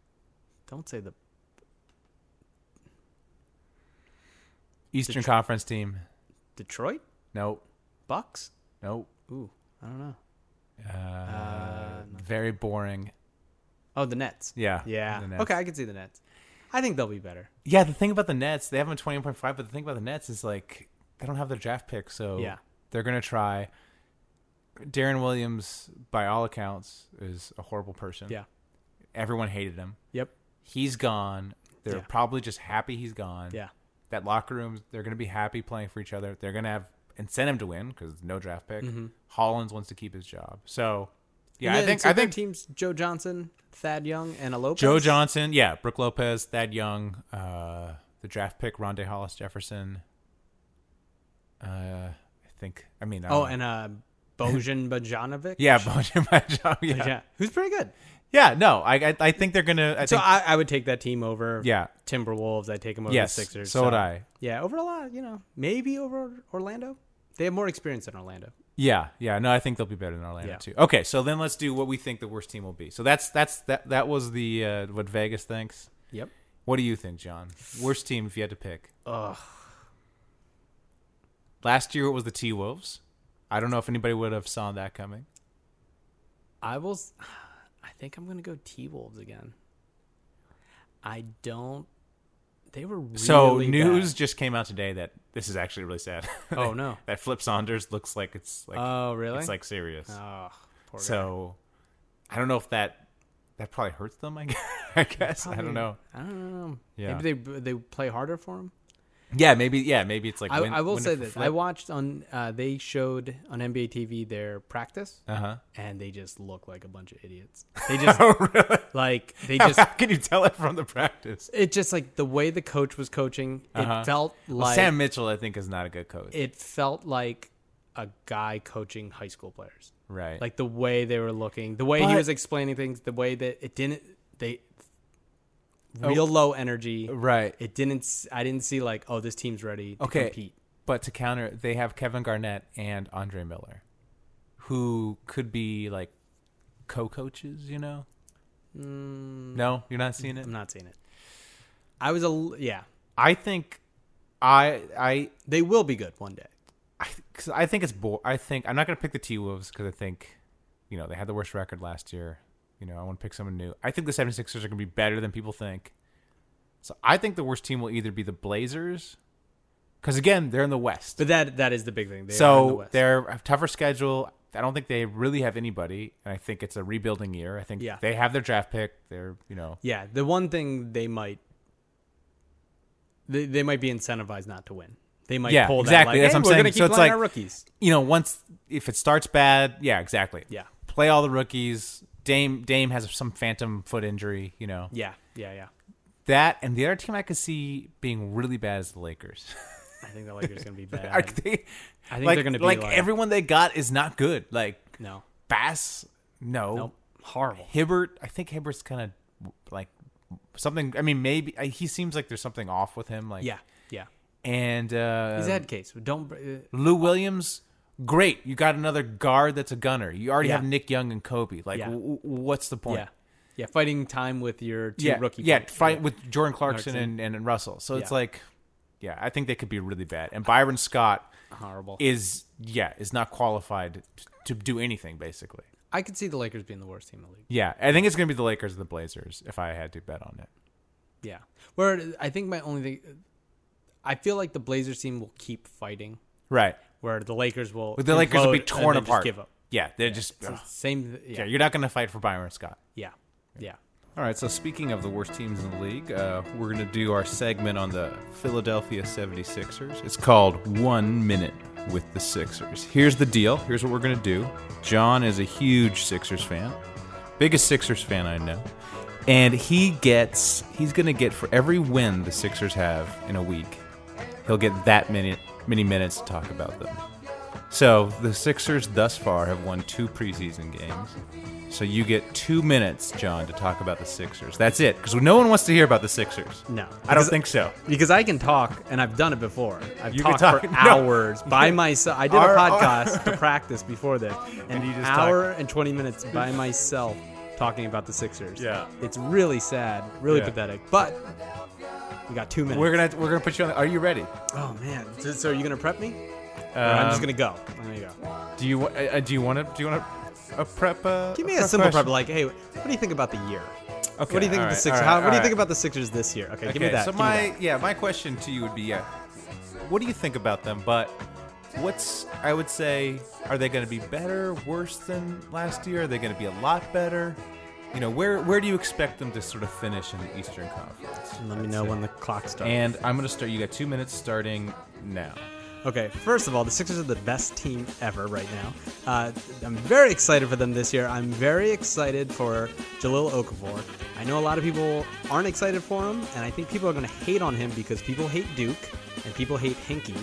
Speaker 8: Don't say the.
Speaker 9: Eastern Conference team.
Speaker 8: Detroit
Speaker 9: Nope.
Speaker 8: Bucks.
Speaker 9: Nope.
Speaker 8: Ooh, I don't know.
Speaker 9: Very boring.
Speaker 8: Oh, the Nets.
Speaker 9: Yeah,
Speaker 8: yeah.
Speaker 9: the Nets.
Speaker 8: Okay, I can see the Nets. I think they'll be better.
Speaker 9: Yeah, the thing about the Nets, they have them twenty one point five, but the thing about the Nets is like they don't have their draft pick, so
Speaker 8: Yeah.
Speaker 9: they're gonna try. Darren Williams, by all accounts, is a horrible person.
Speaker 8: Yeah.
Speaker 9: Everyone hated him.
Speaker 8: Yep.
Speaker 9: He's gone. They're
Speaker 8: Yeah.
Speaker 9: probably just happy he's gone.
Speaker 8: Yeah.
Speaker 9: That locker room, they're going to be happy playing for each other. They're going to have incentive to win because no draft pick. Hollins wants to keep his job. So, yeah, I
Speaker 8: Mm-hmm. And then-
Speaker 9: think
Speaker 8: so
Speaker 9: I
Speaker 8: their
Speaker 9: think
Speaker 8: teams Joe Johnson, Thad Young, and Lopez.
Speaker 9: Joe Johnson, yeah, Brooke Lopez, Thad Young, uh, the draft pick, Rondé Hollis Jefferson. Uh, I think. I mean, I don't
Speaker 8: Oh,
Speaker 9: know.
Speaker 8: and uh, Bojan Bojanovic.
Speaker 9: yeah, Bojan Bajor, yeah. yeah,
Speaker 8: yeah, who's pretty good.
Speaker 9: No, I, I, I think they're gonna. I
Speaker 8: So
Speaker 9: think,
Speaker 8: I, I would take that team over.
Speaker 9: Yeah.
Speaker 8: Timberwolves. I take them over
Speaker 9: yes,
Speaker 8: the Sixers.
Speaker 9: so would I.
Speaker 8: Yeah, over a lot. You know, maybe over Orlando. They have more experience than Orlando.
Speaker 9: Yeah, yeah. No, I think they'll be better than Orlando
Speaker 8: Yeah.
Speaker 9: too. Okay, so then let's do what we think the worst team will be. So that's that's that that was the uh, what Vegas thinks.
Speaker 8: Yep.
Speaker 9: What do you think, John? Worst team if you had to pick.
Speaker 8: Ugh.
Speaker 9: Last year it was the T Wolves. I don't know if anybody would have saw that coming.
Speaker 8: I will. s- I think I'm gonna go T Wolves again. I don't. They were really
Speaker 9: So news
Speaker 8: bad.
Speaker 9: just came out today that this is actually really sad.
Speaker 8: Oh, no.
Speaker 9: that Flip Saunders looks like it's like
Speaker 8: Oh, really?
Speaker 9: it's like serious.
Speaker 8: Ugh, poor guy.
Speaker 9: so I don't know if that that probably hurts them. I guess. I, guess. I
Speaker 8: Probably-
Speaker 9: don't know.
Speaker 8: I don't know.
Speaker 9: Yeah.
Speaker 8: Maybe they they play harder for him.
Speaker 9: Yeah, maybe. Yeah, maybe it's like
Speaker 8: I,
Speaker 9: win-
Speaker 8: I will
Speaker 9: win it
Speaker 8: say
Speaker 9: for
Speaker 8: this:
Speaker 9: Flip.
Speaker 8: I watched on uh, they showed on NBA TV their practice,
Speaker 9: Uh-huh.
Speaker 8: and they just look like a bunch of idiots. They just
Speaker 9: Oh,
Speaker 8: like they
Speaker 9: How-
Speaker 8: just
Speaker 9: how can you tell it from the practice?
Speaker 8: it just like the way the coach was coaching. It felt
Speaker 9: Uh-huh. Well,
Speaker 8: like
Speaker 9: Sam Mitchell, I think, is not a good coach.
Speaker 8: it felt like a guy coaching high school players.
Speaker 9: right.
Speaker 8: Like the way they were looking, the way he
Speaker 9: But-
Speaker 8: was explaining things, the way that it didn't they real low energy.
Speaker 9: Oh. right.
Speaker 8: It didn't. s- I didn't see like oh this team's ready. To
Speaker 9: okay.
Speaker 8: compete.
Speaker 9: But to counter, they have Kevin Garnett and Andre Miller, who could be like co-coaches. You know. no, you're not seeing it.
Speaker 8: I'm not seeing it. I was a l- yeah.
Speaker 9: I think, I I
Speaker 8: They will be good one day.
Speaker 9: I, cause I think it's bo- I think I'm not gonna pick the T Wolves because I think, you know, they had the worst record last year. You know, I want to pick someone new. I think the 76ers are gonna be better than people think. So I think the worst team will either be the Blazers, because again they're in the West,
Speaker 8: But that that is the big thing. They are in the
Speaker 9: so
Speaker 8: West.
Speaker 9: they're a tougher schedule. I don't think they really have anybody, and I think it's a rebuilding year. I think
Speaker 8: Yeah.
Speaker 9: they have their draft pick. They're you know
Speaker 8: yeah. The one thing they might they, they might be incentivized not to win. They might
Speaker 9: Yeah,
Speaker 8: pull
Speaker 9: exactly.
Speaker 8: That, like,
Speaker 9: That's
Speaker 8: hey,
Speaker 9: what
Speaker 8: we're
Speaker 9: I'm saying.
Speaker 8: gonna
Speaker 9: So
Speaker 8: keep
Speaker 9: it's
Speaker 8: letting
Speaker 9: like-
Speaker 8: our rookies.
Speaker 9: you know, once if it starts bad, yeah, exactly.
Speaker 8: Yeah.
Speaker 9: Play all the rookies. Dame Dame has some phantom foot injury, you know.
Speaker 8: Yeah, yeah, yeah.
Speaker 9: That and the other team I could see being really bad is the Lakers.
Speaker 8: I think the Lakers are gonna be bad.
Speaker 9: I think
Speaker 8: I think
Speaker 9: like,
Speaker 8: they're gonna be
Speaker 9: like,
Speaker 8: like-
Speaker 9: everyone they got is not good. Like
Speaker 8: no,
Speaker 9: Bass, no.
Speaker 8: nope, horrible.
Speaker 9: Hibbert, I think Hibbert's kind uh, of like something. I mean, maybe I, he seems like there's something off with him. Like
Speaker 8: Yeah, yeah.
Speaker 9: and uh,
Speaker 8: He's had Case. Don't. br- Uh,
Speaker 9: Lou Williams, great. You got another guard that's a gunner. You already
Speaker 8: Yeah.
Speaker 9: have Nick Young and Kobe. Like,
Speaker 8: Yeah.
Speaker 9: w- w- what's the point?
Speaker 8: yeah, yeah. Fighting time with your two
Speaker 9: yeah,
Speaker 8: rookie.
Speaker 9: yeah,
Speaker 8: players.
Speaker 9: fight with Jordan Clarkson,
Speaker 8: Clarkson.
Speaker 9: And, and Russell. So it's
Speaker 8: Yeah.
Speaker 9: like, yeah, I think they could be really bad. And Byron Scott
Speaker 8: horrible.
Speaker 9: is yeah is not qualified t- to do anything basically.
Speaker 8: I could see the Lakers being the worst team in the league.
Speaker 9: Yeah, I think it's gonna be the Lakers and the Blazers if I had to bet on it.
Speaker 8: Yeah. Where I think my only thing, I feel like the Blazers team will keep fighting,
Speaker 9: Right,
Speaker 8: where the Lakers will.
Speaker 9: the Lakers will
Speaker 8: implode
Speaker 9: be
Speaker 8: and
Speaker 9: torn
Speaker 8: then just
Speaker 9: apart.
Speaker 8: give up.
Speaker 9: Yeah, they're just
Speaker 8: It's the
Speaker 9: ugh.
Speaker 8: same.
Speaker 9: yeah.
Speaker 8: Yeah.
Speaker 9: You're not gonna fight for Byron Scott.
Speaker 8: Yeah. Yeah.
Speaker 9: All right, so speaking of the worst teams in the league, uh, we're going to do our segment on the Philadelphia 76ers. It's called One Minute with the Sixers. Here's the deal. Here's what we're going to do. John is a huge Sixers fan, biggest Sixers fan I know. And he gets, he's going to get for every win the Sixers have in a week, he'll get that many, many minutes to talk about them. So the Sixers thus far have won two preseason games. So you get two minutes, John, to talk about the Sixers. That's it, because no one wants to hear about the Sixers.
Speaker 8: No.
Speaker 9: I don't think so.
Speaker 8: Because I can talk, and I've done it before. I've
Speaker 9: You can
Speaker 8: talked for
Speaker 9: talk- no.
Speaker 8: hours by myself. I did
Speaker 9: Our-
Speaker 8: a
Speaker 9: our-
Speaker 8: podcast to practice before this, an
Speaker 9: you just
Speaker 8: hour and twenty minutes by myself talking about the Sixers.
Speaker 9: Yeah.
Speaker 8: it's really sad, really
Speaker 9: Yeah.
Speaker 8: pathetic. But we got two minutes.
Speaker 9: We're gonna we're gonna put you on. The, are you ready?
Speaker 8: Oh man, so, so are you gonna prep me? Or I'm just
Speaker 9: Um,
Speaker 8: gonna go. I'm gonna go.
Speaker 9: Do you wa- uh, uh, do you want to do you want to a prep? Uh,
Speaker 8: Give me a
Speaker 9: prep
Speaker 8: simple prep,
Speaker 9: question?
Speaker 8: like, hey, what do you think about the year?
Speaker 9: Okay,
Speaker 8: what do you
Speaker 9: all
Speaker 8: think of the
Speaker 9: right,
Speaker 8: Sixers?
Speaker 9: all
Speaker 8: How,
Speaker 9: right,
Speaker 8: what do you
Speaker 9: all
Speaker 8: think
Speaker 9: right.
Speaker 8: about the Sixers this year? Okay, give me
Speaker 9: Okay,
Speaker 8: that.
Speaker 9: So
Speaker 8: give me
Speaker 9: my
Speaker 8: that.
Speaker 9: yeah, my question to you would be, yeah, what do you think about them? But what's I would say, are they going to be better, worse than last year? Are they going to be a lot better? You know, where where do you expect them to sort of finish in the Eastern Conference?
Speaker 8: Let me know when the clock starts.
Speaker 9: And I'm going to start. You got two minutes starting now.
Speaker 8: Okay, first of all, the Sixers are the best team ever right now. Uh, I'm very excited for them this year. I'm very excited for Jalil Okafor. I know a lot of people aren't excited for him, and I think people are going to hate on him because people hate Duke and people hate Hinkie,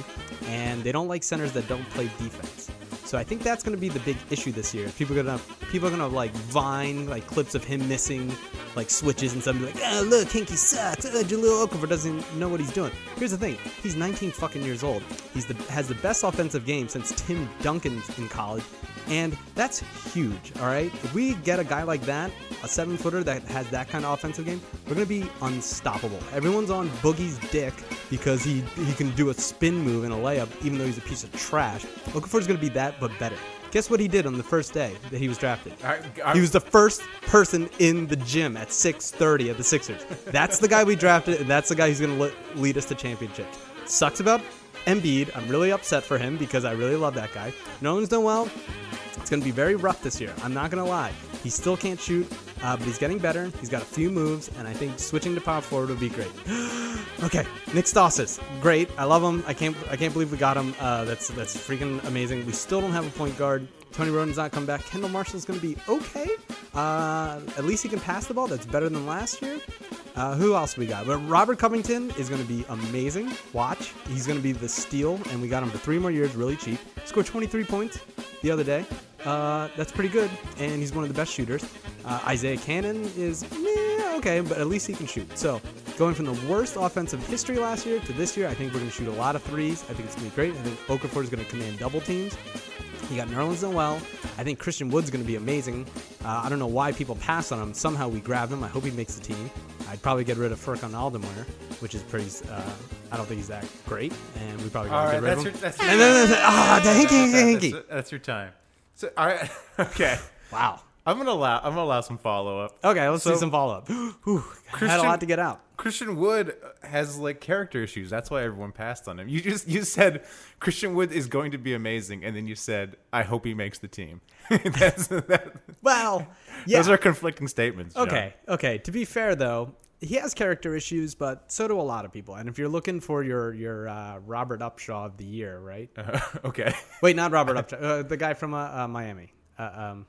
Speaker 8: and they don't like centers that don't play defense. So I think that's going to be the big issue this year. People are gonna people are gonna like vine like clips of him missing like switches and something like, oh look, Hinkie sucks. Uh, Jaleel Okafor doesn't know what he's doing. Here's the thing: he's 19 fucking years old. He's the has the best offensive game since Tim Duncan in college, and that's huge. All right, if we get a guy like that, a seven footer that has that kind of offensive game, we're gonna be unstoppable. Everyone's on Boogie's dick because he he can do a spin move and a layup, even though he's a piece of trash. Okafor's gonna be that, but better. Guess what he did on the first day that he was drafted?
Speaker 9: I-
Speaker 8: he was the first person in the gym at 6:30 at the Sixers. That's the guy we drafted, and that's the guy who's going to lead us to championships. Sucks about Embiid. I'm really upset for him because I really love that guy. No one's done well. It's going to be very rough this year. I'm not going to lie. He still can't shoot, uh, but he's getting better. He's got a few moves, and I think switching to power forward would be great. okay, Nick Stasis, great. I love him. I can't. I can't believe we got him. Uh, that's that's freaking amazing. We still don't have a point guard. Tony Roden's not come back. Kendall Marshall's going to be okay. Uh, at least he can pass the ball. That's better than last year. Uh, who else we got? But Robert Covington is going to be amazing. Watch. He's going to be the steal, and we got him for three more years, really cheap. Scored 23 points the other day. Uh, that's pretty good, and he's one of the best shooters. Uh, Isaiah Cannon is meh, okay, but at least he can shoot. So, going from the worst offense of history last year to this year, I think we're going to shoot a lot of threes. I think it's going to be great. I think Okafor is going to command double teams. You got Nerlens Noel. I think Christian Wood's going to be amazing. Uh, I don't know why people pass on him. Somehow we grabbed him. I hope he makes the team. I'd probably get rid of Furkan Aldemir, which is pretty. Uh, I don't think he's that great, and we probably
Speaker 9: All
Speaker 8: gotta
Speaker 9: right,
Speaker 8: get
Speaker 9: that's
Speaker 8: rid of
Speaker 9: your
Speaker 8: him.
Speaker 9: that's your,
Speaker 8: And then there's- ah, the hinky, hinky,
Speaker 9: that's,
Speaker 8: hinky.
Speaker 9: that's your time. So all right, okay.
Speaker 8: Wow.
Speaker 9: I'm gonna allow I'm gonna allow some follow up.
Speaker 8: Okay, let's
Speaker 9: So-
Speaker 8: do some follow up. Had a
Speaker 9: Christian-
Speaker 8: lot to get out.
Speaker 9: Christian Wood uh, has like character issues. That's why everyone passed on him. You just you said Christian Wood is going to be amazing, and then you said I hope he makes the team. That's, that,
Speaker 8: Well, yeah.
Speaker 9: Those are conflicting statements. John.
Speaker 8: Okay, okay. To be fair, though, he has character issues, but so do a lot of people. And if you're looking for your your uh, Robert Upshaw of the year, right?
Speaker 9: okay.
Speaker 8: Wait, not Robert Upshaw. Uh, the guy from uh, uh, Miami. Uh, um,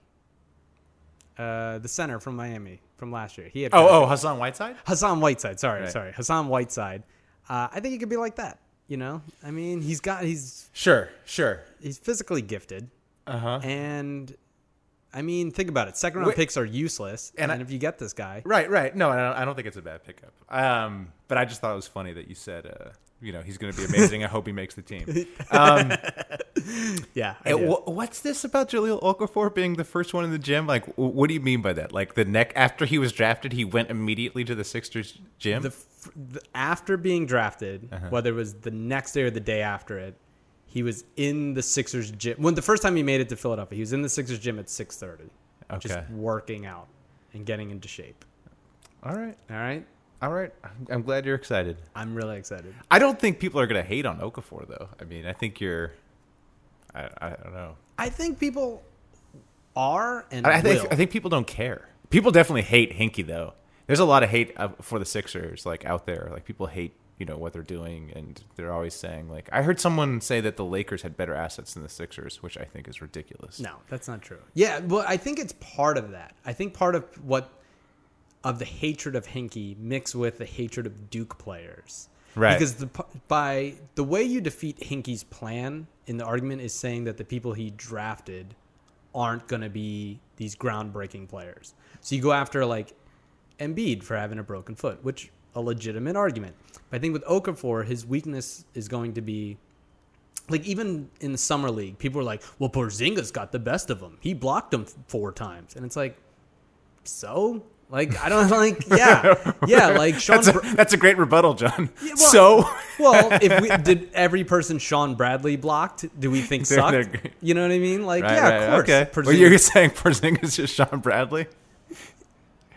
Speaker 8: uh, the center from Miami from last year. He had
Speaker 9: Oh oh Hassan Whiteside.
Speaker 8: Hassan Whiteside. Sorry,
Speaker 9: Right.
Speaker 8: sorry, Hassan Whiteside. Uh, I think he could be like that. You know, I mean, he's got he's
Speaker 9: Sure sure.
Speaker 8: he's physically gifted. Uh huh. And I mean, think about it. Second round
Speaker 9: Wait.
Speaker 8: picks are useless.
Speaker 9: And
Speaker 8: And,
Speaker 9: I-
Speaker 8: if you get this guy,
Speaker 9: Right right. No I don't, I don't think it's a bad pickup. Um, but I just thought it was funny that you said uh, you know he's going to be amazing. I hope he makes the team. Um,
Speaker 8: Yeah. I
Speaker 9: and
Speaker 8: did.
Speaker 9: wh- what's this about Jaleel Okafor being the first one in the gym? Like, wh- what do you mean by that? Like the neck after he was drafted, he went immediately to the Sixers gym.
Speaker 8: the, f- the after being drafted, whether it was the next day or the day after it, he was in the Sixers gym. When the first time he made it to Philadelphia, he was in the Sixers gym at six thirty,
Speaker 9: Okay.
Speaker 8: just working out and getting into shape.
Speaker 9: all right,
Speaker 8: All right,
Speaker 9: all right. I'm- I'm glad you're excited.
Speaker 8: I'm really excited.
Speaker 9: I don't think people are going to hate on Okafor though. I mean, I think you're. I, I don't know.
Speaker 8: I think people are and
Speaker 9: I, I
Speaker 8: will.
Speaker 9: think I think people don't care. People definitely hate Hinky though. There's a lot of hate uh, for the Sixers like out there. Like people hate you know what they're doing, and they're always saying like I heard someone say that the Lakers had better assets than the Sixers, which I think is ridiculous.
Speaker 8: No, that's not true. Yeah, well, I think it's part of that. I think part of what of the hatred of Hinkie mixed with the hatred of Duke players,
Speaker 9: Right.
Speaker 8: Because the p- by the way you defeat Hinkie's plan in the argument is saying that the people he drafted aren't going to be these groundbreaking players. So you go after like Embiid for having a broken foot, which a legitimate argument. But I think with Okafor, his weakness is going to be like even in the summer league, people were like, "Well, Porzinga's got the best of him. He blocked him four times," and it's like, so. Like I don't like yeah yeah like Sean
Speaker 9: That's a,
Speaker 8: Br-
Speaker 9: that's a great rebuttal, John.
Speaker 8: well-
Speaker 9: so
Speaker 8: well if we did every person Sean Bradley blocked do we think
Speaker 9: They're-
Speaker 8: sucked
Speaker 9: they're-
Speaker 8: you know what I mean like
Speaker 9: Right,
Speaker 8: yeah
Speaker 9: right,
Speaker 8: of course
Speaker 9: Okay. Well,
Speaker 8: Porzinga-
Speaker 9: you're saying Porzinga's just Sean Bradley?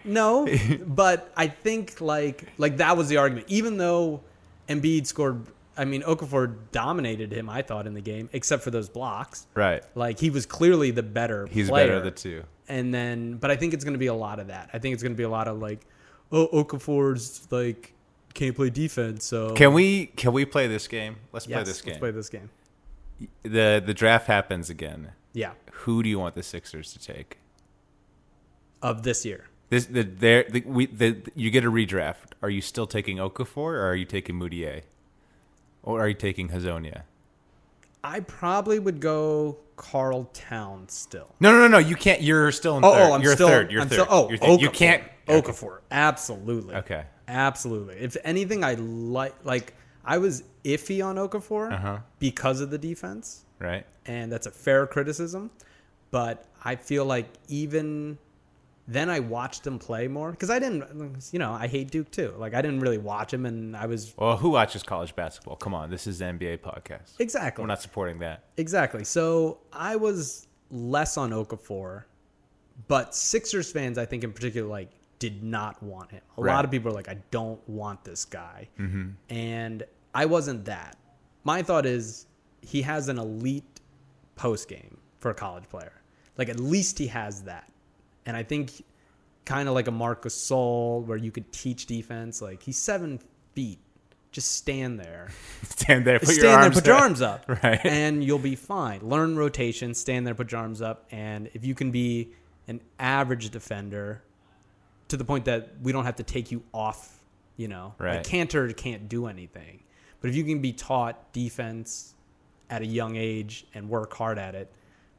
Speaker 8: No, but I think like like that was the argument. Even though Embiid scored, I mean Okafor dominated him. I thought in the game, except for those blocks.
Speaker 9: Right.
Speaker 8: Like he was clearly the better.
Speaker 9: He's
Speaker 8: player.
Speaker 9: better of the two.
Speaker 8: And then, but I think it's going to be a lot of that. I think it's going to be a lot of like, oh, Okafor's like can't play defense, so
Speaker 9: Can we can we play this game? Let's play
Speaker 8: Yes,
Speaker 9: this game.
Speaker 8: Let's play this game.
Speaker 9: the the draft happens again.
Speaker 8: Yeah,
Speaker 9: Who do you want the Sixers to take?
Speaker 8: of this year.
Speaker 9: This the there the, we the you get a redraft. Are you still taking Okafor or are you taking Moutier? Or are you taking Hazonia?
Speaker 8: I probably would go Carl Town still.
Speaker 9: No, no, no, no. You can't. You're still in
Speaker 8: Oh,
Speaker 9: third.
Speaker 8: oh, I'm
Speaker 9: you're
Speaker 8: still.
Speaker 9: third. You're
Speaker 8: I'm
Speaker 9: third.
Speaker 8: Still, oh,
Speaker 9: you're third. you
Speaker 8: Okafor.
Speaker 9: can't.
Speaker 8: Okafor, absolutely.
Speaker 9: Okay.
Speaker 8: Absolutely. If anything, I like like I was iffy on Okafor
Speaker 9: Uh-huh.
Speaker 8: because of the defense,
Speaker 9: Right.
Speaker 8: and that's a fair criticism. But I feel like even then, I watched him play more because I didn't, you know, I hate Duke too. Like I didn't really watch him, and I was
Speaker 9: Well, who watches college basketball? Come on, this is the NBA podcast.
Speaker 8: exactly
Speaker 9: We're not supporting that.
Speaker 8: Exactly. So I was less on Okafor, but Sixers fans, I think in particular, like did not want him. A
Speaker 9: Right.
Speaker 8: lot of people are like, I don't want this guy, and I wasn't that. My thought is he has an elite post game for a college player. Like at least he has that, and I think kind of like a Marcus Sol, where you could teach defense. Like he's seven feet, just stand there
Speaker 9: Stand there. Put
Speaker 8: stand
Speaker 9: your
Speaker 8: there,
Speaker 9: arms
Speaker 8: put your arms up,
Speaker 9: Right.
Speaker 8: And you'll be fine. Learn rotation, stand there, put your arms up, and if you can be an average defender to the point that we don't have to take you off, you know,
Speaker 9: Right.
Speaker 8: like Cantor can't do anything, but if you can be taught defense at a young age and work hard at it,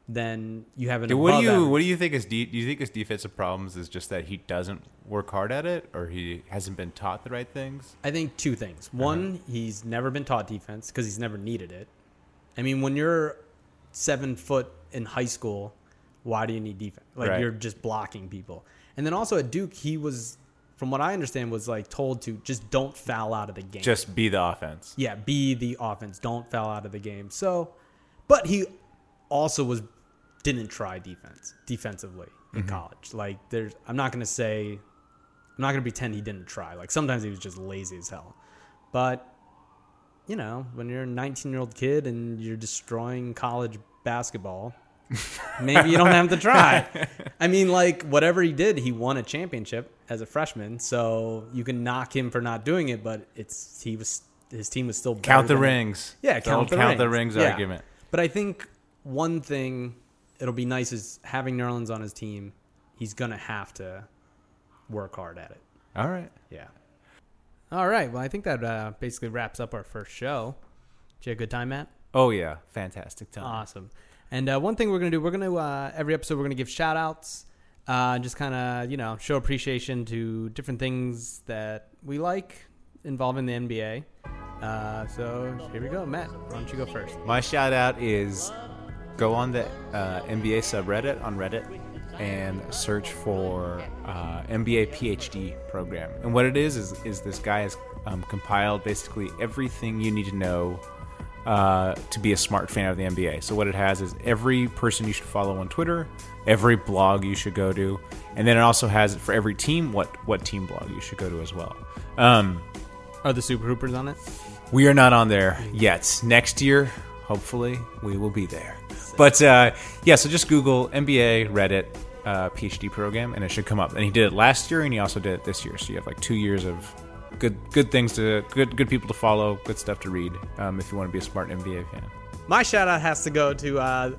Speaker 8: then you have an.
Speaker 9: Dude, what do
Speaker 8: above
Speaker 9: you
Speaker 8: average-
Speaker 9: what do you think is de- do you think his defensive problems is just that he doesn't work hard at it or he hasn't been taught the right things?
Speaker 8: I think two things.
Speaker 9: Uh-huh.
Speaker 8: One, he's never been taught defense because he's never needed it. I mean, when you're seven foot in high school, why do you need defense? Like
Speaker 9: Right.
Speaker 8: you're just blocking people. And then also at Duke, he was, from what I understand, was like told to just don't foul out of the game.
Speaker 9: Just be the offense.
Speaker 8: yeah, be the offense. Don't foul out of the game. So, but he also was didn't try defense defensively in
Speaker 9: Mm-hmm.
Speaker 8: college. Like there's, I'm not gonna say, I'm not gonna pretend he didn't try. Like sometimes he was just lazy as hell. But you know, when you're a 19 year old kid and you're destroying college basketball, maybe you don't have to try. I mean, like whatever he did, he won a championship as a freshman, so you can knock him for not doing it, but it's he was his team was still better
Speaker 9: Count the
Speaker 8: than-
Speaker 9: rings.
Speaker 8: Yeah,
Speaker 9: The old
Speaker 8: count the
Speaker 9: count
Speaker 8: rings.
Speaker 9: the rings
Speaker 8: Yeah.
Speaker 9: argument.
Speaker 8: But I think one thing it'll be nice is having Nerlens on his team. He's gonna have to work hard at it.
Speaker 9: All right.
Speaker 8: Yeah. All right. Well, I think that uh, basically wraps up our first show. Did you have a good time, Matt?
Speaker 9: Oh yeah, fantastic time.
Speaker 8: Awesome. And uh, one thing we're going to do, we're going to, uh, every episode, we're going to give shout outs, uh, just kind of, you know, show appreciation to different things that we like involving the NBA. Uh, so here we go, Matt. Why don't you go first?
Speaker 9: My shout out is go on the uh, NBA subreddit on Reddit and search for uh, MBA PhD program. And what it is is, is this guy has um, compiled basically everything you need to know uh, to be a smart fan of the NBA. So what it has is every person you should follow on Twitter, every blog you should go to, and then it also has it for every team what what team blog you should go to as well. Um,
Speaker 8: Are the Super Hoopers on it?
Speaker 9: we are not on there yet. Next year, hopefully, we will be there. But uh, yeah, so just Google MBA Reddit uh, PhD program, and it should come up. And he did it last year, and he also did it this year. So you have like two years of good good things to good good people to follow, good stuff to read um, if you want to be a smart MBA fan.
Speaker 8: My shout out has to go to uh,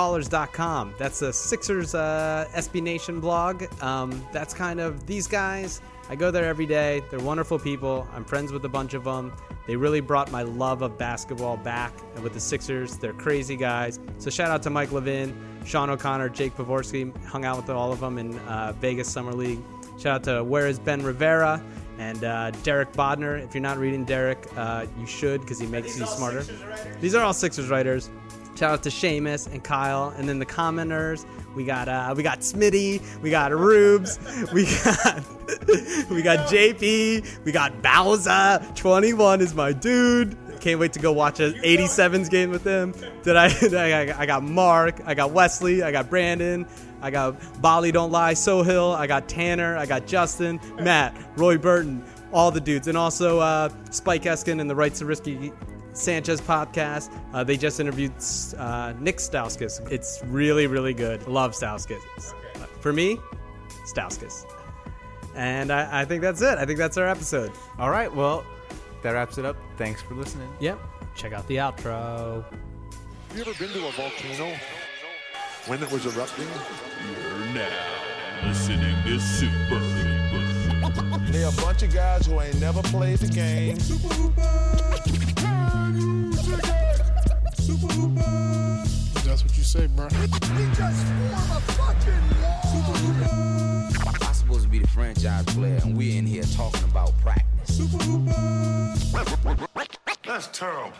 Speaker 8: libertyballers.com. That's a Sixers uh, SB Nation blog. Um, that's kind of these guys. I go there every day. They're wonderful people. I'm friends with a bunch of them. They really brought my love of basketball back and with the Sixers. They're crazy guys. So shout out to Mike Levin, Sean O'Connor, Jake Pavorsky. Hung out with all of them in uh, Vegas Summer League. Shout out to Where is Ben Rivera and uh, Derek Bodner. If you're not reading Derek, uh, you should because he makes you smarter. These are all Sixers writers. Shout out to Seamus and Kyle, and then the commenters. We got uh, we got Smitty, we got Rubes, we got we got JP, we got Bowser. Twenty one is my dude. Can't wait to go watch a 87s game with him. Did I? I got Mark. I got Wesley. I got Brandon. I got Bali Don't Lie, Sohill. I got Tanner. I got Justin, Matt, Roy Burton, all the dudes, and also uh, Spike Eskin and the Rights to Risky Sanchez podcast. Uh, they just interviewed uh, Nick Stauskas. It's really, really good. Love Stauskas. For me, Stauskas. And I, I think that's it. I think that's our episode.
Speaker 9: All right, well, that wraps it up. Thanks for listening.
Speaker 8: Yep. Check out the outro.
Speaker 4: Have you ever been to a volcano when it was erupting?
Speaker 5: You're now listening to Super.
Speaker 3: They're a bunch of guys who ain't never played the game.
Speaker 4: That's what you say, bro.
Speaker 7: I'm supposed to be the franchise player, and we're in here talking about practice.
Speaker 4: That's terrible.